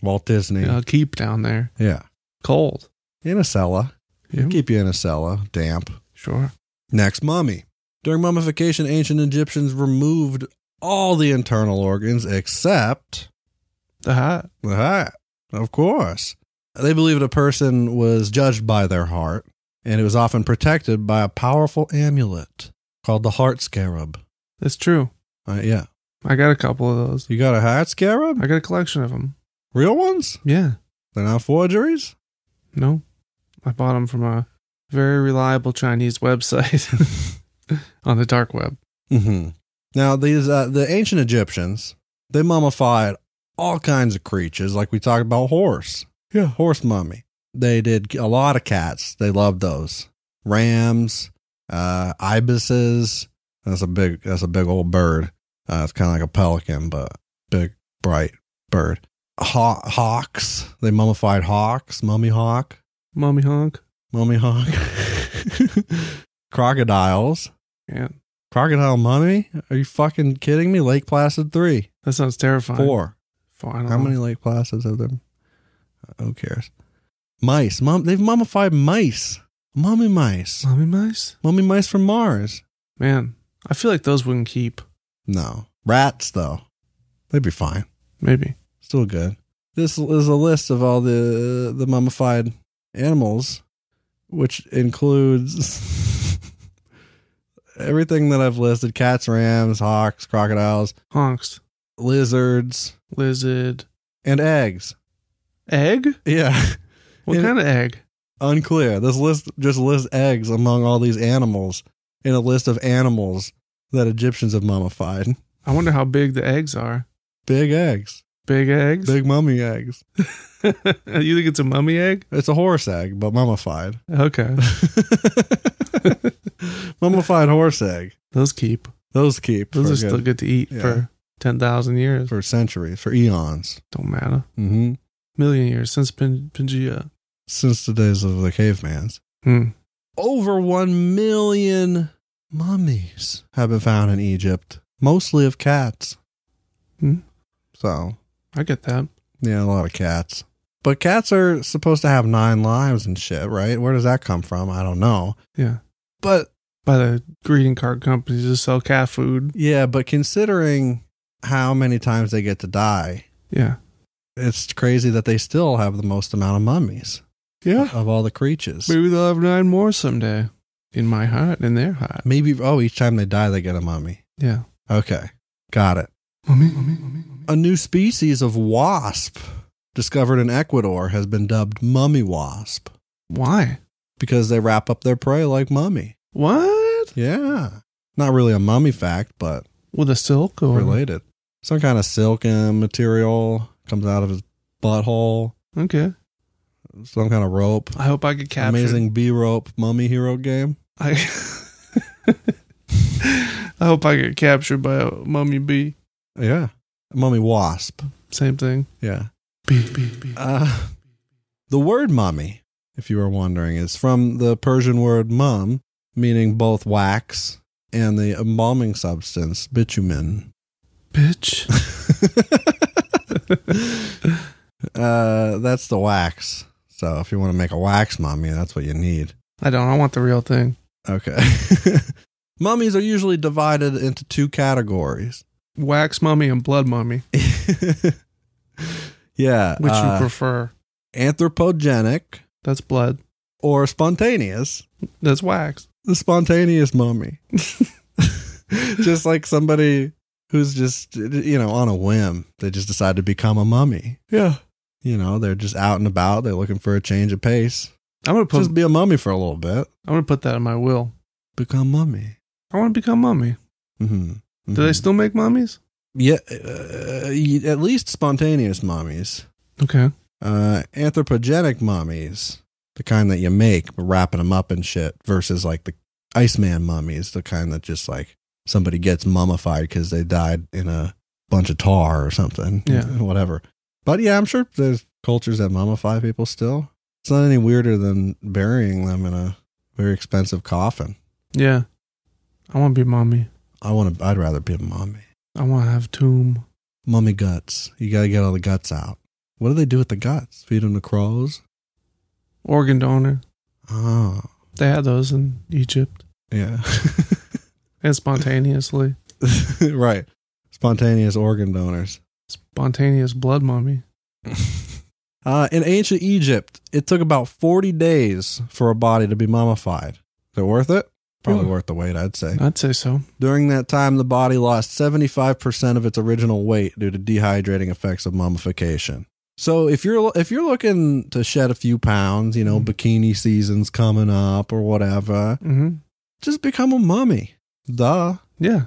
Walt Disney, I'll keep down there yeah, cold. in a cellar, Yeah, keep you in a cellar, damp. sure. Next, mummy. During mummification, ancient Egyptians removed all the internal organs except The hat. the heart. Of course, they believed a person was judged by their heart, and it was often protected by a powerful amulet called the heart scarab. That's true. Uh, yeah. I got a couple of those. You got a hat scarab? I got a collection of them. Real ones? Yeah. They're not forgeries? No, I bought them from a very reliable Chinese website on the dark web. Mm-hmm. Now, these uh, the ancient Egyptians, they mummified all kinds of creatures, like we talked about horse. Yeah. Horse mummy. They did a lot of cats. They loved those. Rams, uh, ibises. That's a big that's a big old bird. Uh, it's kind of like a pelican, but big, bright bird. Haw- hawks. They mummified hawks, mummy hawk. Mummy honk. Mummy hawk. Crocodiles. Yeah, Crocodile mummy? Are you fucking kidding me? Lake Placid three. that sounds terrifying. Four. Four. I don't How know. many Lake Placids have them? Uh, Who cares? Mice. Mum they've mummified mice. Mummy mice. Mummy mice. Mummy mice from Mars. Man, I feel like those wouldn't keep. No. Rats though. They'd be fine. Maybe. Still good. This is a list of all the the mummified animals, which includes everything that I've listed: cats, rams, hawks, crocodiles, Honks. lizards, Lizard. and eggs. Egg. Yeah, What And- kind of egg? unclear. This list just lists eggs among all these animals in a list of animals that Egyptians have mummified. I wonder how big the eggs are. Big eggs, Big eggs. big mummy eggs. you think it's a mummy egg? It's a horse egg, but mummified. Okay. mummified horse egg. Those keep. Those keep Those for, are still good- good to eat Yeah. for 10,000 years. for centuries, for eons. Don't matter. hmm Million years since Pangea. Pangea. Since the days of the cavemans. Hmm. Over 1 million mummies have been found in Egypt, mostly of cats. Hmm. So, I get that. yeah, a lot of cats. But cats are supposed to have nine lives and shit, right? Where does that come from? I don't know. Yeah. But By the greeting card companies that sell cat food. yeah, but considering how many times they get to die, Yeah. it's crazy that they still have the most amount of mummies Yeah. of all the creatures. Maybe they'll have nine more someday. In my heart, in their heart. Maybe, oh, each time they die, they get a mummy. Yeah. Okay. Got it. Mommy, mommy, mommy, mommy. A new species of wasp discovered in Ecuador has been dubbed mummy wasp Why? because they wrap up their prey like mummy. What? Yeah. Not really a mummy fact, but With a silk or related. Some kind of silk uh, material comes out of his butthole, Okay. some kind of rope. I hope I get captured. Amazing B rope mummy hero game. I I hope I get captured by a mummy bee. Yeah. Mummy wasp. Same thing. Yeah. Bee, bee, bee. Uh, the word mummy, if you were wondering, is from the Persian word mum, meaning both wax and the embalming substance, bitumen. Bitch. uh, that's the wax. So if you want to make a wax mummy, that's what you need. I don't. I want the real thing. Okay. Mummies are usually divided into two categories. Wax mummy and blood mummy. yeah. Which uh, you prefer? anthropogenic That's blood. or spontaneous. That's wax. the spontaneous mummy. just like somebody who's just, you know, on a whim, they just decide to become a mummy. Yeah. You know, they're just out and about. They're looking for a change of pace. I'm gonna put. Just be a mummy for a little bit. I'm gonna put that in my will. Become mummy. I want to become mummy. Mm-hmm. Do they still make mummies? yeah, uh, y- at least spontaneous mummies. Okay. Uh, anthropogenic mummies, the kind that you make, wrapping them up and shit, versus like the Iceman mummies, the kind that just like somebody gets mummified because they died in a bunch of tar or something. Yeah. Whatever. But yeah, I'm sure there's cultures that mummify people still. It's not any weirder than burying them in a very expensive coffin. Yeah. I want to be mummy. I want to, I'd rather be a mummy. I want to have tomb. Mummy guts. You got to get all the guts out. What do they do with the guts? Feed them to crows? Organ donor. Oh, They had those in Egypt yeah. and spontaneously. right. Spontaneous organ donors. Spontaneous blood mummy. Uh, in ancient Egypt, it took about 40 days for a body to be mummified. Is it worth it? Probably Yeah. worth the wait, I'd say. I'd say so. During that time, the body lost 75% of its original weight due to dehydrating effects of mummification. So if you're if you're looking to shed a few pounds, you know, bikini season's coming up or whatever, Mm-hmm. just become a mummy. Duh. Yeah.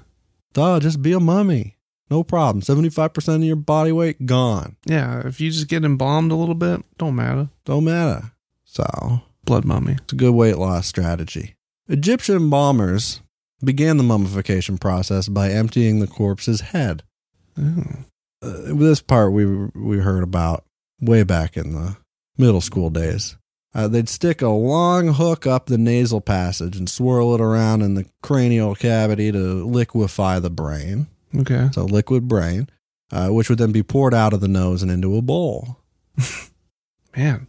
Duh, just be a mummy. No problem. 75% of your body weight gone. Yeah. If you just get embalmed a little bit, don't matter. Don't matter. So, Blood mummy. it's a good weight loss strategy. Egyptian embalmers began the mummification process by emptying the corpse's head. Oh. Uh, this part we we heard about way back in the middle school days. Uh, they'd stick a long hook up the nasal passage and swirl it around in the cranial cavity to liquefy the brain. Okay. so liquid brain, uh, which would then be poured out of the nose and into a bowl. Man,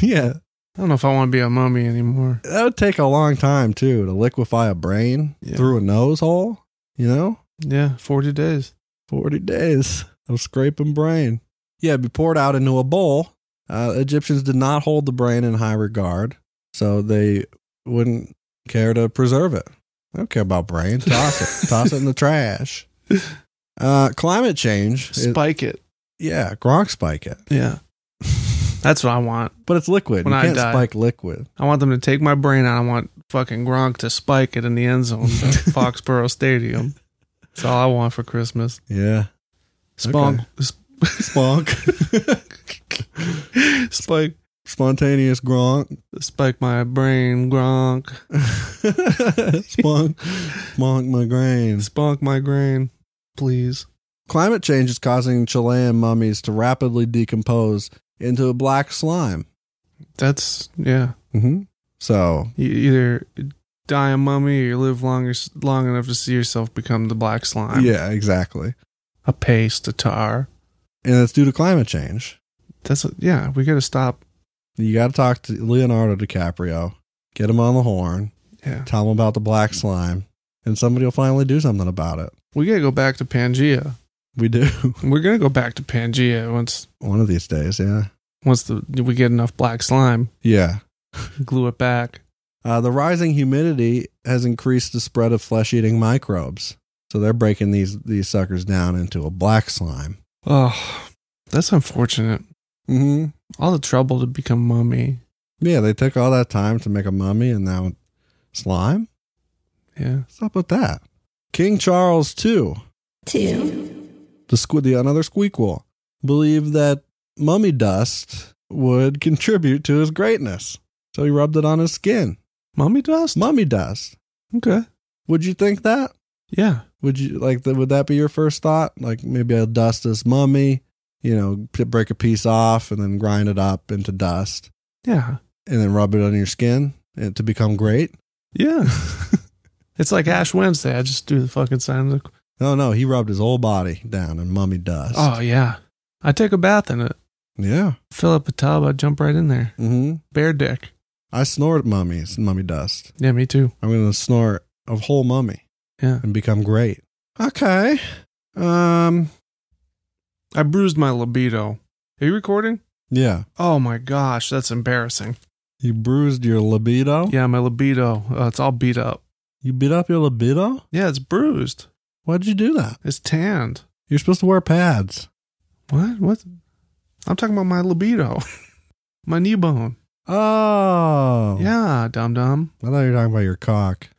yeah, I don't know if I want to be a mummy anymore. that would take a long time too to liquefy a brain Yeah. through a nose hole. You know, Yeah. 40 days. forty days of scraping brain. Yeah, it'd be poured out into a bowl. Uh, Egyptians did not hold the brain in high regard, so they wouldn't care to preserve it. I don't care about brain. Toss it. Toss it in the trash. Uh, climate change. is- Spike it. yeah, Gronk spike it. Yeah. That's what I want. But it's liquid. When you I can't die. spike liquid. I want them to take my brain out. I want fucking Gronk to spike it in the end zone at Foxborough Stadium. That's all I want for Christmas. Yeah. Spunk. Spunk. Spike. Spontaneous Gronk. Spike my brain, Gronk. Spunk. Spunk my grain. Spunk my grain, please. Climate change is causing Chilean mummies to rapidly decompose into a black slime. That's yeah. hmm So, You either die a mummy or you live longer long enough to see yourself become the black slime. yeah, exactly. A paste, a tar. And it's due to climate change. That's yeah. We got to stop. You got to talk to Leonardo DiCaprio, get him on the horn, Yeah, tell him about the black slime, and somebody will finally do something about it. we got to go back to Pangea. We do. We're gonna go back to Pangea once One of these days, yeah. once the, we get enough black slime, Yeah. glue it back. Uh, the rising humidity has increased the spread of flesh-eating microbes, so they're breaking these these suckers down into a black slime. Oh, that's unfortunate. Mm-hmm. All the trouble to become mummy. Yeah, they took all that time to make a mummy, and now slime. Yeah. What's up with that? King Charles II, two, the squid, the another squeakquel, believed that mummy dust would contribute to his greatness, so he rubbed it on his skin. Mummy dust. Mummy dust. okay. Would you think that? Yeah. Would you like that? Would that be your first thought? Like maybe I'll dust this mummy, you know, p- break a piece off and then grind it up into dust Yeah. and then rub it on your skin and to become great. Yeah. it's like Ash Wednesday. I just do the fucking sign of the. No, no, he rubbed his whole body down in mummy dust. Oh yeah. I take a bath in it. yeah. Fill up a tub. I jump right in there. Mm-hmm. Bare dick. I snort mummies, mummy dust. Yeah, me too. I'm gonna snort a whole mummy Yeah. and become great. Okay. Um. I bruised my libido. Are you recording? Yeah. Oh my gosh, that's embarrassing. You bruised your libido. Yeah, my libido. Uh, it's all beat up. You beat up your libido. Yeah, it's bruised. Why'd you do that? It's tanned. You're supposed to wear pads. What? What? I'm talking about my libido. my knee bone. Oh. Yeah, dum dum. I thought you were talking about your cock.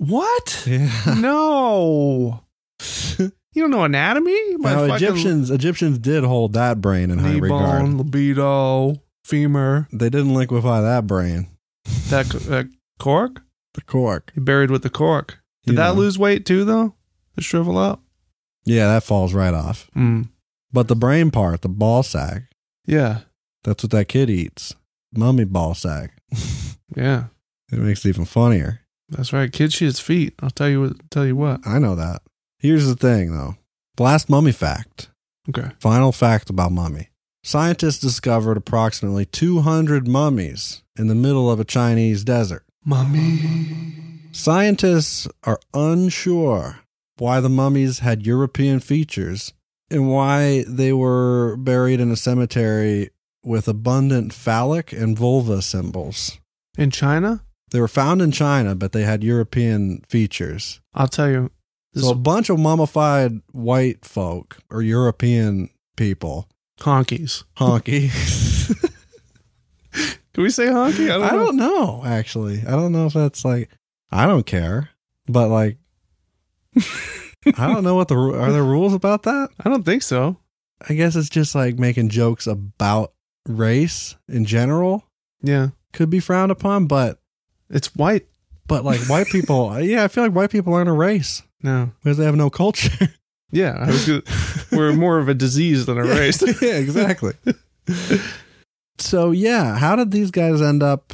What? Yeah. no. You don't know anatomy? My now, fucking Egyptians Egyptians did hold that brain in high knee regard. bone, libido, femur, They didn't liquefy that brain. that, that cork. The cork. He buried with the cork. Did You that know. lose weight too, though? The shrivel up? Yeah, that falls right off. Mm. But the brain part, the ball sack, Yeah. that's what that kid eats. Mummy ball sack. Yeah. It makes it even funnier. That's right. Kid shit's feet. I'll tell you what. Tell you what. I know that. Here's the thing, though. The last mummy fact. Okay. Final fact about mummy. Scientists discovered approximately 200 mummies in the middle of a Chinese desert. Mommy. Scientists are unsure why the mummies had European features and why they were buried in a cemetery with abundant phallic and vulva symbols. In China, They were found in China, but they had European features. I'll tell you. This So a bunch of mummified white folk or European people, honkies. honky. Can we say honky? I don't know, actually. I don't know if that's like, I don't care, but like, I don't know what the ru- are there rules about that. I don't think so. I guess it's just like making jokes about race in general Yeah. could be frowned upon, but It's white. but like white people, yeah, I feel like white people aren't a race No. because they have no culture. Yeah. I was gonna, we're more of a disease than a race. yeah, exactly. so yeah, how did these guys end up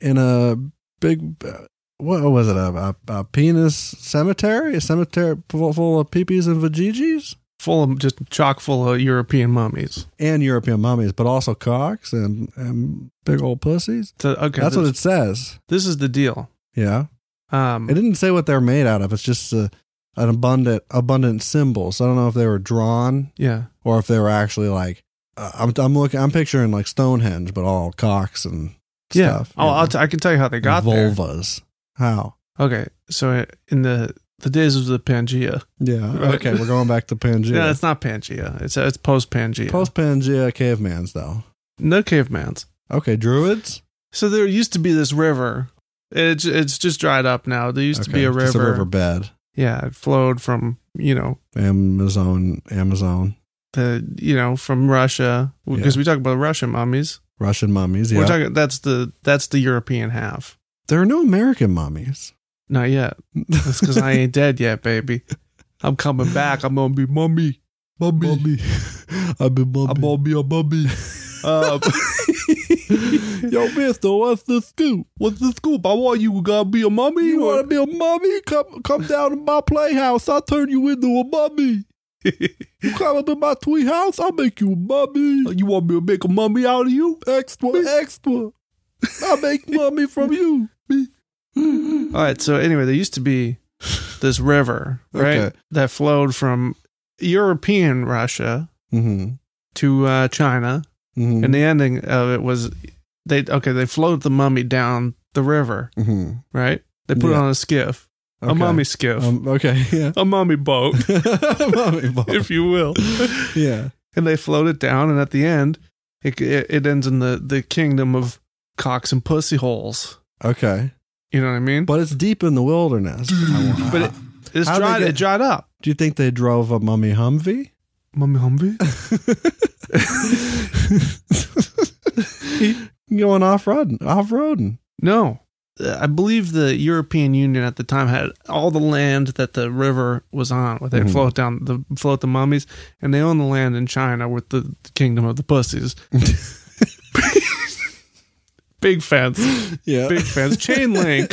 in a big? uh, What was it? A, a, a penis cemetery? A cemetery full, full of peepees and vajigis full of just chock full of European mummies. and European mummies, but also cocks and, and big old pussies. So, okay. That's this, what it says. This is the deal. Yeah, Um. it didn't say what they're made out of. It's just a, an abundant abundant symbol. So I don't know if they were drawn yeah. or if they were actually like uh, I'm I'm looking I'm picturing like Stonehenge, but all cocks and Yeah. stuff. Oh, you I'll know, t- I can tell you how they and got there. vulvas. How? Okay. So in the the days of the Pangea. Yeah. Right. Okay, we're going back to Pangea. Yeah, it's not Pangea. It's it's post Pangea. Post Pangea cavemans though. no cavemans. Okay, druids. So there used to be this river. It's it's just dried up now. There used to Okay, be a river. Just a riverbed. Yeah, it flowed from you know Amazon. Amazon. the you know from Russia because Yeah. we talk about Russian mummies. Russian mummies. Yeah. We're talking that's the that's the European half. there are no American mummies. Not yet. That's because I ain't dead yet, baby. I'm coming back. I'm gonna be mummy. Bubby. I've been Bubby. I'm gonna be a mummy. Uh, Yo, mister, what's the scoop? what's the scoop? I want you gotta be a mummy. You or- want to be a mummy? Come come down to my playhouse. I'll turn you into a mummy. you come up in my tweet house, I'll make you a mummy. Oh, you want me to make a mummy out of you? Extra, extra. I'll make mummy from you. Mm-hmm. All right. So anyway, there used to be this river, right, Okay. that flowed from European Russia Mm-hmm. to uh, China, Mm-hmm. and the ending of it was they okay they floated the mummy down the river, mm-hmm. right? They put it Yeah. on a skiff, a mummy skiff, Um, okay, yeah. a mummy boat, mummy ball. if you will, yeah. and they float it down, and at the end, it it, it ends in the the kingdom of cocks and pussy holes. Okay. You know what I mean? But it's deep in the wilderness. I- But it, it's How'd they dried. get- it dried up. Do you think they drove a mummy Humvee? Mummy Humvee. Going off roading, off roading. No. Uh, I believe the European Union at the time had all the land that the river was on, where they Mhm. float down the float the mummies, and they own the land in China with the, the kingdom of the pussies. big fence, Yeah. big fence, chain link,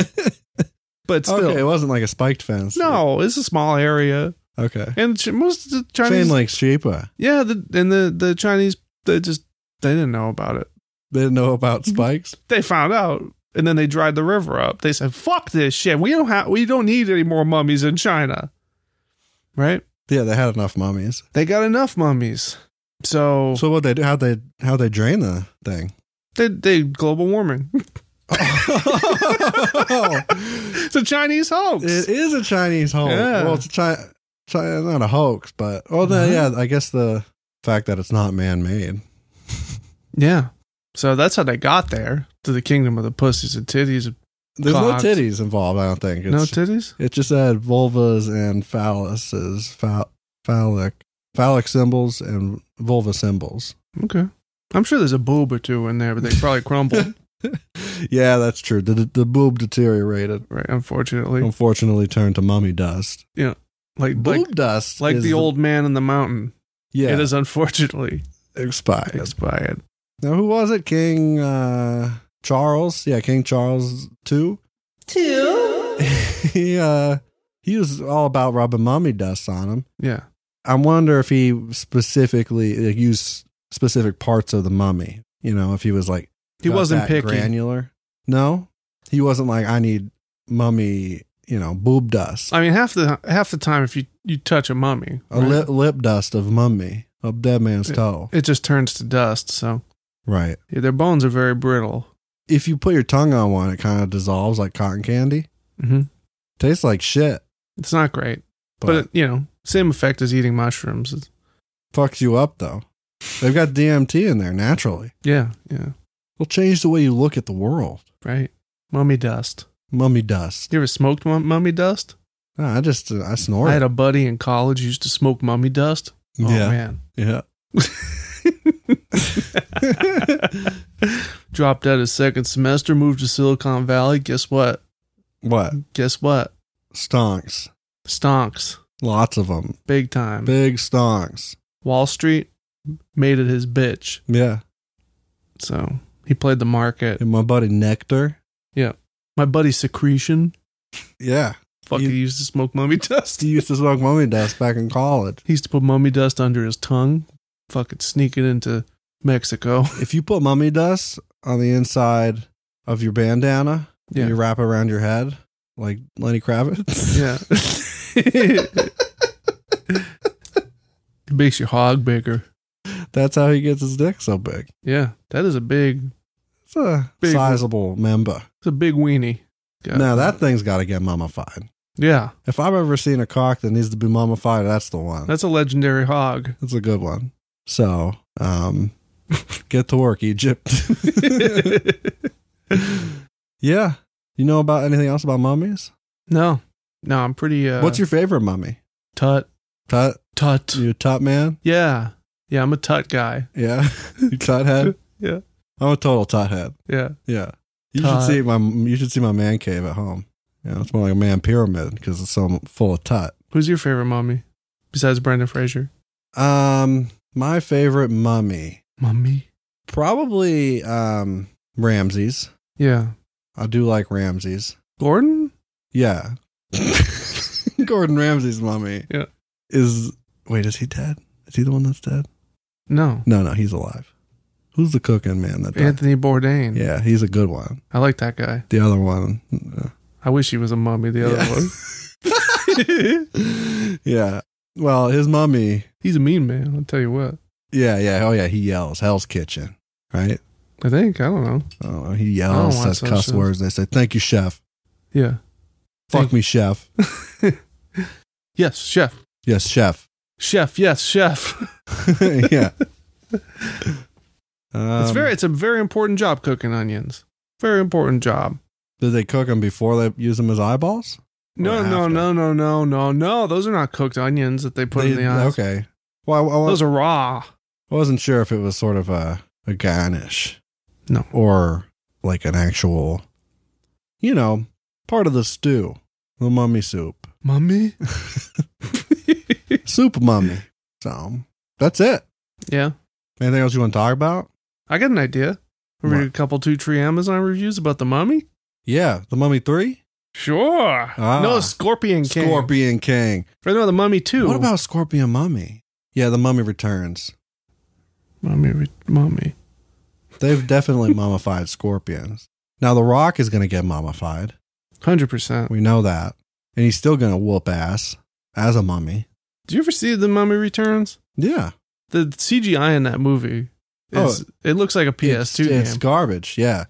but still, Okay, it wasn't like a spiked fence. no, it's a small area, Okay. and ch- most of the Chinese, Chain link's cheaper. yeah, the, and the the Chinese they just they didn't know about it. They didn't know about spikes. they found out and then they dried the river up. They said, "Fuck this shit. We don't have we don't need any more mummies in China." Right? Yeah, they had enough mummies. They got enough mummies. So, So what they do? How they how they drain the thing? they, they global warming. it's a Chinese hoax. It is a Chinese hoax. Yeah. Well, it's a China, China, not a hoax, but well, no, yeah, Uh-huh. I guess the fact that it's not man made. yeah. So that's how they got there to the kingdom of the pussies and titties. There's Cocked. no titties involved. I don't think. It's, no titties? it just said vulvas and phalluses, phal- phallic, phallic symbols and vulva symbols. Okay. I'm sure there's a boob or two in there, but they probably crumbled. Yeah, that's true. The, the, the boob deteriorated. right, Oh, unfortunately. Unfortunately, turned to mummy dust. Like Boob like, dust, like is the old man in the mountain. yeah, It is unfortunately expired. expired. Now, who was it? King uh, Charles? Yeah, King Charles two. Two. he uh, he was all about rubbing mummy dust on him. Yeah. I wonder if he specifically like, used specific parts of the mummy. You know, if he was like He got wasn't that picky. granular. No, he wasn't like I need mummy. You know, boob dust, I mean, half the half the time, if you you touch a mummy, a right, lip, lip dust of mummy, of dead man's toe. it just turns to dust. So Right. yeah, their bones are very brittle. If you put your tongue on one, it kind of dissolves like cotton candy. hmm Tastes like shit. It's not great, but, but, you know, same effect as eating mushrooms. It's- fucks you up though. They've got DMT in there naturally. yeah, yeah, It'll change the way you look at the world. right. Mummy dust. Mummy dust. You ever smoked mum- mummy dust? No, I just uh, I snore. I had it. a buddy in college who used to smoke mummy dust. Oh yeah, man, yeah. dropped out his second semester, moved to Silicon Valley. Guess what? What Guess what? stonks? Stonks, Lots of them. big time. Big stonks. Wall Street made it his bitch. Yeah. So he played the market. And my buddy Nectar. My buddy Secretion, Yeah. fuck, You- he used to smoke mummy dust. He used to smoke mummy dust back in college. He used to put mummy dust under his tongue, fucking sneak it into Mexico. If you put mummy dust on the inside of your bandana, Yeah. and you wrap it around your head like Lenny Kravitz. Yeah. it makes your hog bigger. That's how he gets his dick so big. Yeah, that is a big, It's a Big- sizable member. it's a big weenie. God. Now that thing's got to get mummified. Yeah, If I've ever seen a cock that needs to be mummified, that's the one. that's a legendary hog. That's a good one. So, um, get to work, Egypt. yeah. You know about anything else about mummies? no, no, I'm pretty. Uh, What's your favorite mummy? tut Tut? tut? You a tut man? Yeah, yeah, I'm a tut guy. Yeah. You tut head? Yeah. I'm a total tuthead. Yeah. Yeah. You Tut. should see my you should see my man cave at home. Yeah, it's more like a man pyramid because it's so full of tut. Who's your favorite mummy besides Brendan Fraser? Um, my favorite mummy Mummy. probably um Ramses. Yeah. I do like Ramses. Gordon. Yeah, Gordon Ramsay's mummy. Yeah. is wait is he dead? Is he the one that's dead? No. No, no, he's alive. Who's the cooking man that died? Anthony Bourdain. Yeah, he's a good one. I like that guy. The other one. uh, I wish he was a mummy. The other Yeah. one. yeah. Well, his mummy. He's a mean man. I'll tell you what. Yeah, yeah. Oh, yeah. He yells Hell's Kitchen, right? I think I don't know. Oh, he yells, watch says those cuss shows. words. They say, "Thank you, chef." Yeah. Fuck Thank- me, chef. Yes, chef. Yes, chef. Chef. Yes, chef. yeah. it's Um, very. It's a very important job cooking onions. Very important job. Did they cook them before they use them as eyeballs? No, Or no, after? no, no, no, no, no. Those are not cooked onions that they put They- in the eyes. Okay. Well, I, I, Those are raw. I wasn't sure if it was sort of a, a garnish. No. Or like an actual, you know, part of the stew, the mummy soup, Mummy. soup mummy. So that's it. Yeah. Anything else you want to talk about? I got an idea. We What? Read a couple two tree Amazon reviews about the mummy. Yeah, the Mummy Three, Sure. Ah. no, Scorpion King. Scorpion King. Or no, the mummy too. What about Scorpion Mummy? Yeah, the Mummy Returns. mummy? Re- mummy. They've definitely mummified scorpions. Now the Rock is going to get mummified. Hundred percent. We know that, and he's still going to whoop ass as a mummy. Do you ever see the Mummy Returns? Yeah, The CGI in that movie is it looks like a PS2 Oh. it's, game. it's garbage. Yeah,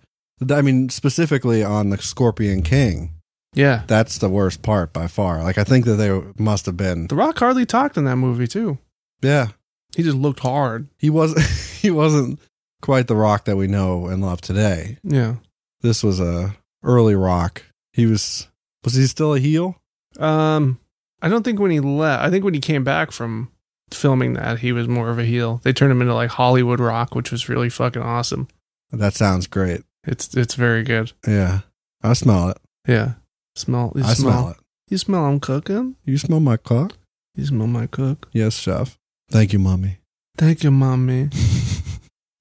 I mean specifically on the Scorpion King. yeah. That's the worst part by far. Like I think that they must have been. The Rock hardly talked in that movie too. Yeah, He just looked hard. he was. he wasn't quite the Rock that we know and love today. Yeah. This was a early Rock. He was. Was he still a heel? Um I don't think when he left I think when he came back from filming that he was more of a heel. They turned him into like Hollywood Rock, which was really fucking awesome. That sounds great. It's it's very good. Yeah, I smell it. Yeah. Smell you I smell, smell it. You smell I'm cooking? You smell my cock? You smell my cook. Yes, chef. Thank you, mummy. Thank you, mommy.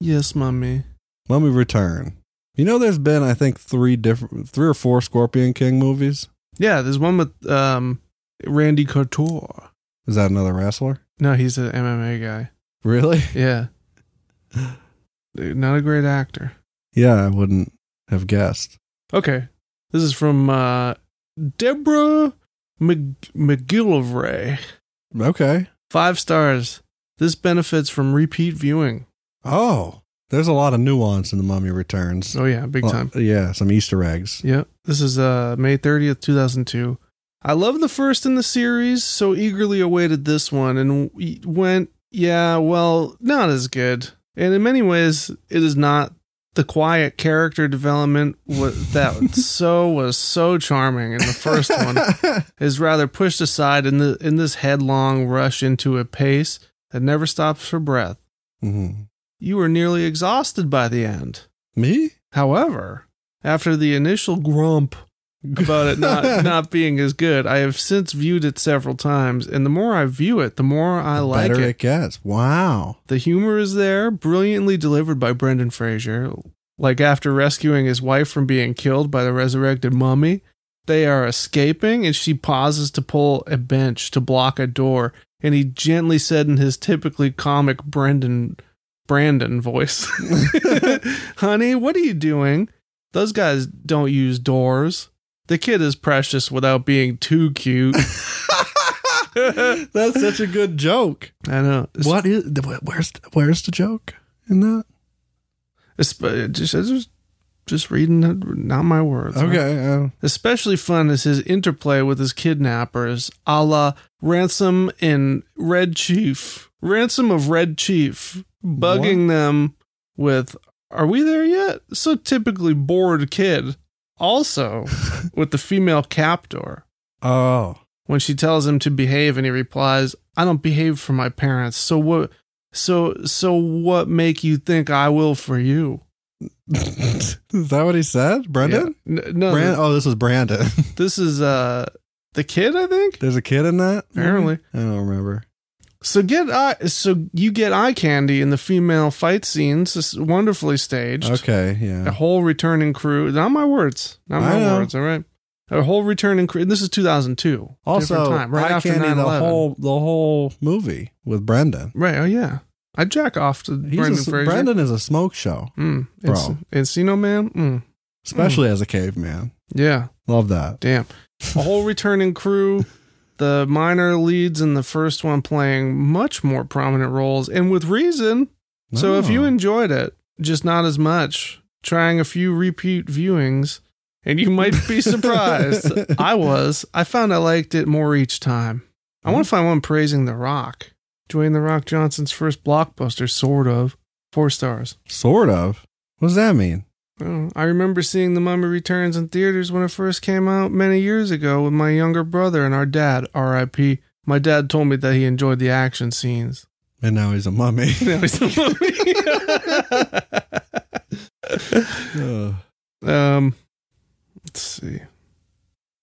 yes, mommy. Mummy Return. You know, there's been I think three different, three or four Scorpion King movies. Yeah, there's one with um Randy Couture. Is that another wrestler? No, he's an MMA guy. Really? Yeah. Dude, Not a great actor. Yeah, I wouldn't have guessed. Okay. This is from uh Deborah Mc- McGillivray. Okay. Five stars. This benefits from repeat viewing. Oh, there's a lot of nuance in the Mummy Returns. Oh yeah, big Well, time. Yeah, some Easter eggs. Yeah. This is uh May 30th, 2002. I love the first in the series, so eagerly awaited this one and w- went, yeah, well, not as good. And in many ways, it is not the quiet character development wa- that so was so charming in the first one is rather pushed aside in the in this headlong rush into a pace that never stops for breath. Mhm. You are nearly exhausted by the end. Me? However, after the initial grump about it not not being as good, I have since viewed it several times, and the more I view it, the more I The like Better it. it gets. Wow. The humor is there, brilliantly delivered by Brendan Fraser. Like after rescuing his wife from being killed by the resurrected mummy, they are escaping and she pauses to pull a bench to block a door, and he gently said in his typically comic Brendan Brandon voice, "Honey, what are you doing? Those guys don't use doors. The kid is precious without being too cute." That's such a good joke. I know. It's- What is where's where's the joke in that? It's, uh, just, I just just reading, it, not my words. huh? Okay, uh, Especially fun is his interplay with his kidnappers, a la Ransom and Red Chief. Ransom of Red Chief bugging them with, Are we there yet? So typically bored kid. Also with the female captor oh, when she tells him to behave and he replies, I don't behave for my parents. So what? So so what make you think I will for you? Is that what he said? Brendan? Yeah. N- No, Brand- oh, this was Brandon. this is uh the kid, I think. There's a kid in that? Apparently. I don't remember. So get eye, so you get eye candy in the female fight scenes. It's wonderfully staged. Okay, A yeah. whole returning crew. Not my words. Not I my know. words. All right. A whole returning crew. This is 2002. Also, Different time, right eye after candy 9 the whole the whole movie with Brendan. Right. Oh yeah. I jack off to He's Brendan a, Fraser. Brendan is a smoke show, Mm, Bro. Enc- Encino Man. Mm, especially as a caveman. yeah. Love that. Damn. A whole returning crew. The minor leads in the first one playing much more prominent roles and with reason. So if Oh. you enjoyed it, just not as much, trying a few repeat viewings, and you might be surprised. I was. I found I liked it more each time. I want to find one praising The Rock. Dwayne The Rock Johnson's first blockbuster, sort of. Four stars. sort of, what does that mean? Oh, I remember seeing The Mummy Returns in theaters when it first came out many years ago with my younger brother and our dad, RIP. My dad told me that he enjoyed the action scenes. And now he's a mummy. Now he's a mummy. Ugh. Um, let's see.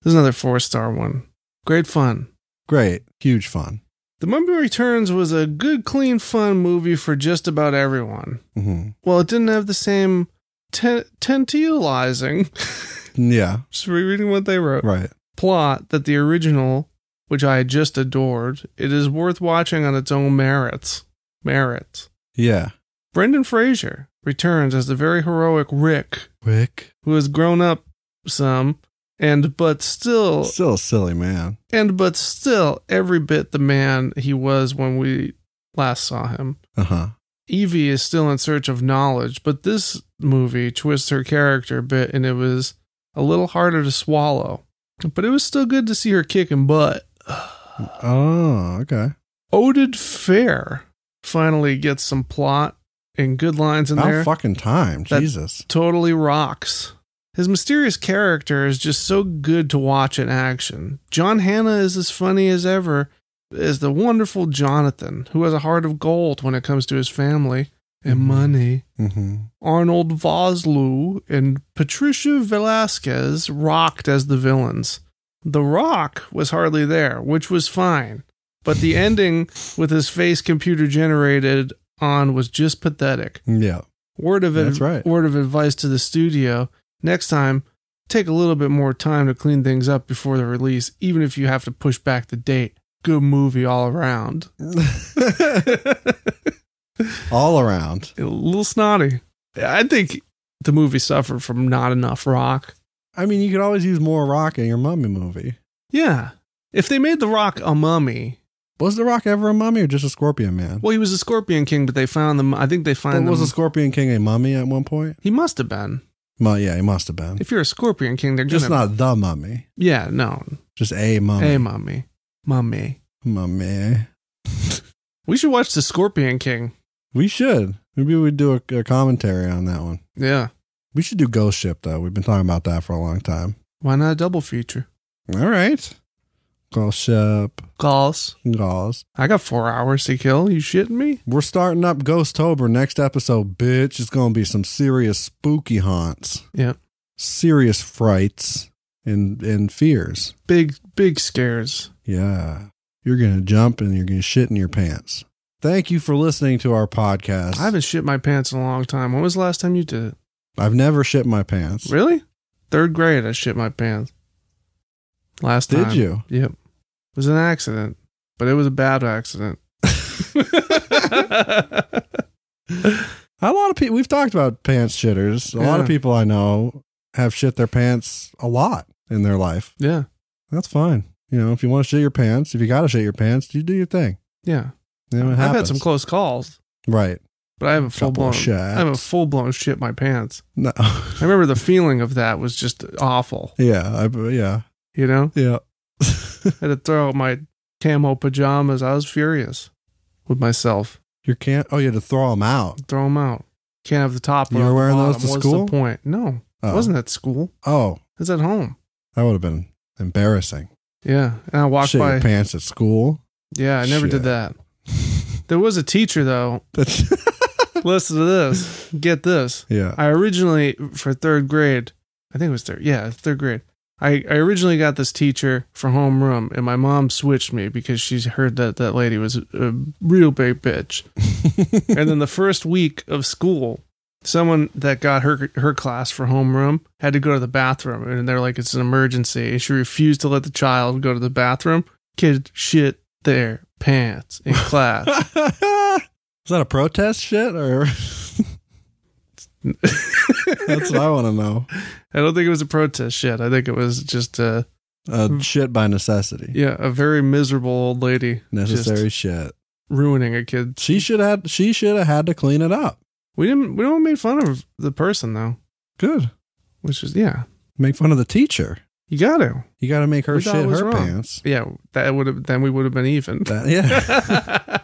There's another four star one. Great fun. Great, huge fun. The Mummy Returns was a good, clean, fun movie for just about everyone. hmm Well, it didn't have the same te- tantalizing, Yeah, just rereading what they wrote, right. plot that the original, which I had just adored, it is worth watching on its own merits. Merits. Yeah, Brendan Fraser returns as the very heroic Rick, Rick, who has grown up some, and but still still a silly man. and but still every bit the man he was when we last saw him. Uh huh. Evie is still in search of knowledge, but this movie twists her character a bit and it was a little harder to swallow. But it was still good to see her kicking butt. Oh, okay. Oded Fair finally gets some plot and good lines in About there. fucking time, That- Jesus. totally rocks. His mysterious character is just so good to watch in action. John Hannah is as funny as ever as the wonderful Jonathan, who has a heart of gold when it comes to his family and Mhm. money. hmm Arnold Vosloo and Patricia Velasquez rocked as the villains. The Rock was hardly there, which was fine, but the ending with his face computer generated on was just pathetic. Yeah. Word of That's right. word of advice to the studio: next time, take a little bit more time to clean things up before the release, even if you have to push back the date. Good movie all around. All around. A little snotty. I think the movie suffered from not enough rock. I mean, you could always use more rock in your mummy movie. Yeah, if they made the Rock a mummy, Was the Rock ever a mummy or just a scorpion man? well, he was a Scorpion King, but they found them. I think they But find was them. the Scorpion King a mummy at one point? he must have been. Well, yeah, he must have been. If you're a Scorpion King, they're Just gonna, not the mummy. Yeah, no. Just a mummy. Hey, mummy, mummy. mummy. We should watch the Scorpion King. We should. Maybe we'd do a, a commentary on that one. Yeah. We should do Ghost Ship, though. We've been talking about that for a long time. Why not a double feature? All right. Ghost Ship. Calls. Gauze. I got four hours to kill. You shitting me? We're starting up Ghostober next episode, bitch. It's going to be some serious spooky haunts, Yeah. serious frights, and, and fears. Big, big scares. Yeah. You're going to jump and you're going to shit in your pants. Thank you for listening to our podcast. I haven't shit my pants in a long time. When was the last time you did it? I've never shit my pants. Really? Third grade, I shit my pants. Last Did time. you? Yep. It was an accident, but it was a bad accident. A lot of people, we've talked about pants shitters. A lot of Yeah. people I know have shit their pants a lot in their life. yeah. That's fine. You know, if you want to shit your pants, if you got to shit your pants, you do your thing. Yeah. You know, it I've had happens. some close calls, Right. but I haven't full Couple blown. of shits. I haven't full blown shit my pants. No. I remember the feeling of that was just awful. yeah. I, yeah. You know? Yeah. I had to throw out my camo pajamas. I was furious with myself. You can't, oh, you had to throw them out. Throw them out. Can't have the top. You without were the wearing those bottom. to What's school? The point? No, Oh. it wasn't at school. Oh, It's at home. that would have been embarrassing. Yeah, and I walked shit by. your pants at school. Yeah, I never Shit. did that. There was a teacher though That's- Listen to this. Get this. Yeah. I originally for third grade, I think it was third. Yeah, third grade. I, I originally got this teacher for homeroom, and my mom switched me because she's heard that that lady was a real big bitch. and then the first week of school, someone that got her her class for homeroom had to go to the bathroom, and they're like, "It's an emergency." And she refused to let the child go to the bathroom. Kid shit their pants in class. Is that a protest shit or? That's what I want to know. I don't think it was a protest shit. I think it was just a Uh, shit by necessity, yeah, a very miserable old lady necessary just shit. ruining a kid. She should have. She should have had to clean it up. We didn't we don't make fun of the person though, Good. which is yeah, Make fun of the teacher. you got to. You got to make her We shit thought it was her wrong. pants. Yeah, that would have then we would have been even. That, yeah,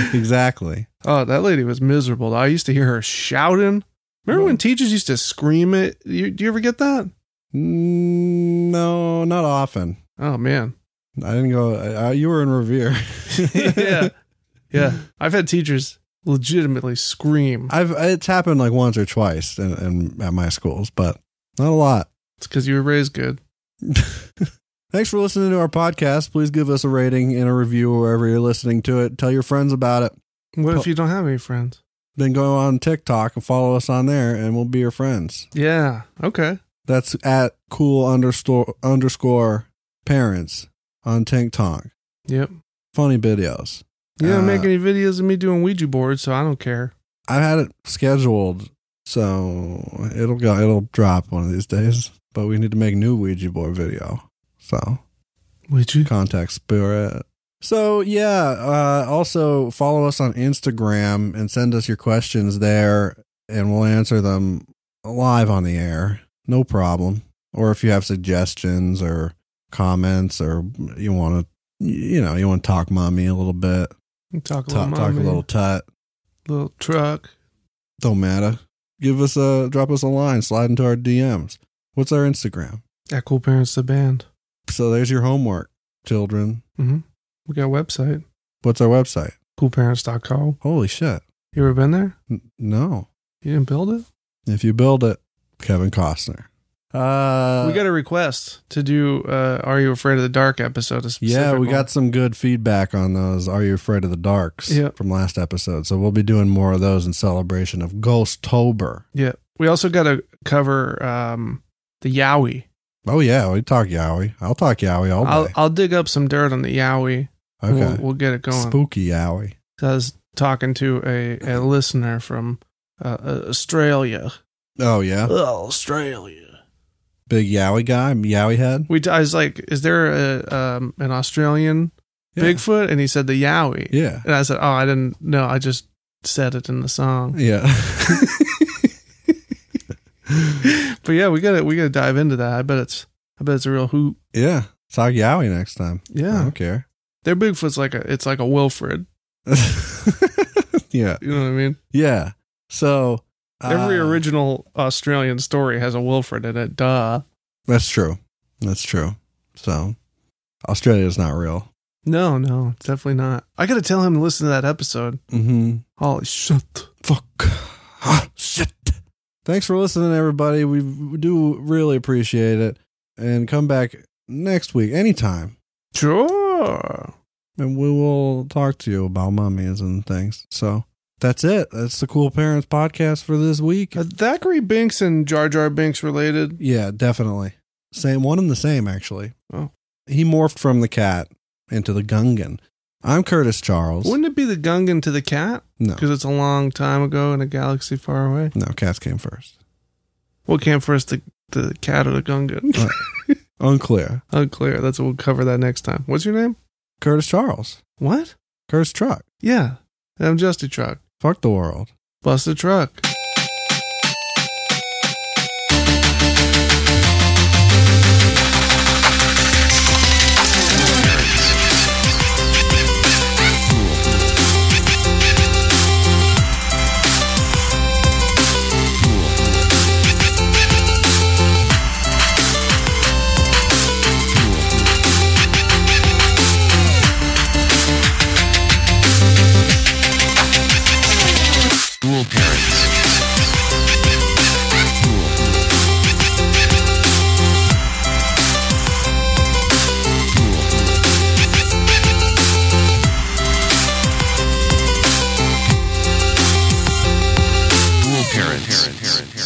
exactly. oh, that lady was miserable. I used to hear her shouting. Remember when teachers used to scream it? You, do you ever get that? Mm, No, not often. Oh man, I didn't go. I, I, you were in Revere. yeah, yeah. I've had teachers legitimately scream. I've it's happened like once or twice in, in at my schools, but not a lot. It's because you were raised good. Thanks for listening to our podcast. Please give us a rating and a review wherever you're listening to it. Tell your friends about it. What Po- if you don't have any friends? Then go on TikTok and follow us on there, and we'll be your friends. Yeah. Okay. That's at cool underscore underscore parents on TikTok. Yep. Funny videos. You don't Uh, make any videos of me doing Ouija boards, so I don't care. I had it scheduled, so it'll go. It'll drop one of these days. But we need to make new Ouija board video. So Ouija. contact spirit. So yeah. Uh, also follow us on Instagram and send us your questions there, and we'll answer them live on the air. No problem. Or if you have suggestions or comments, or you want to, you know, you want to talk mommy a little bit, Talk talk, a little, talk a mommy, little little, tut. truck. Don't matter. Give us a drop us a line, slide into our DMs. What's our Instagram? At Cool Parents the Band. So there's your homework, children. Mm-hmm. We got a website, What's our website? coolparents.co. Holy shit. You ever been there? N- no. You didn't build it? If you build it, Kevin Costner. Uh we got a request to do uh, Are You Afraid of the Dark episode. a specific Yeah, we one. got some good feedback on those Are You Afraid of the Darks Yep. from last episode. So we'll be doing more of those in celebration of Ghost Tober. Yeah. We also got to cover um, the Yowie. Oh yeah, we talk Yowie. I'll talk Yowie all I'll, day. I'll dig up some dirt on the Yowie. We'll, Oh, okay. we'll get it going. Spooky Yowie. I was talking to a, a listener from uh, uh, Australia. Oh yeah. Australia. Big Yowie guy, Yowie head. We t- I was like, "Is there a um, an Australian Yeah. Bigfoot?" And he said the Yowie. Yeah. And I said, "Oh, I didn't know. I just said it in the song." Yeah. but yeah, we got to we got to dive into that. I bet it's I bet it's a real hoot. yeah. Talk Yowie next time. I Yeah, don't care. their Bigfoot's like a it's like a Wilfred. yeah. You know what I mean? Yeah. So uh, Every original Australian story has a Wilfred in it. Duh. That's true. That's true. So Australia's not real. No, no, it's definitely not. I got to tell him to listen to that episode. Mm-hmm. Holy shit. Fuck. Ah, shit. Thanks for listening, everybody. We we do really appreciate it. And come back next week, anytime. Sure. and we will talk to you about mummies and things. So that's it. That's the Cool Parents podcast for this week. Are Thackeray Binks and Jar Jar Binks related? Yeah, definitely. Same one and the same actually. Oh. He morphed from the cat into the Gungan. I'm Curtis Charles. Wouldn't it be the Gungan to the cat? no, Because it's a long time ago in a galaxy far away. no, cats came first. What came first, the, the cat or the Gungan? Uh. Unclear. Unclear. That's we'll cover that next time. What's your name? Curtis Charles. What? Curtis Truck. Yeah. I'm Justy Truck. Fuck the world. Bust a truck. Thank you. Cool parents. Cool parents.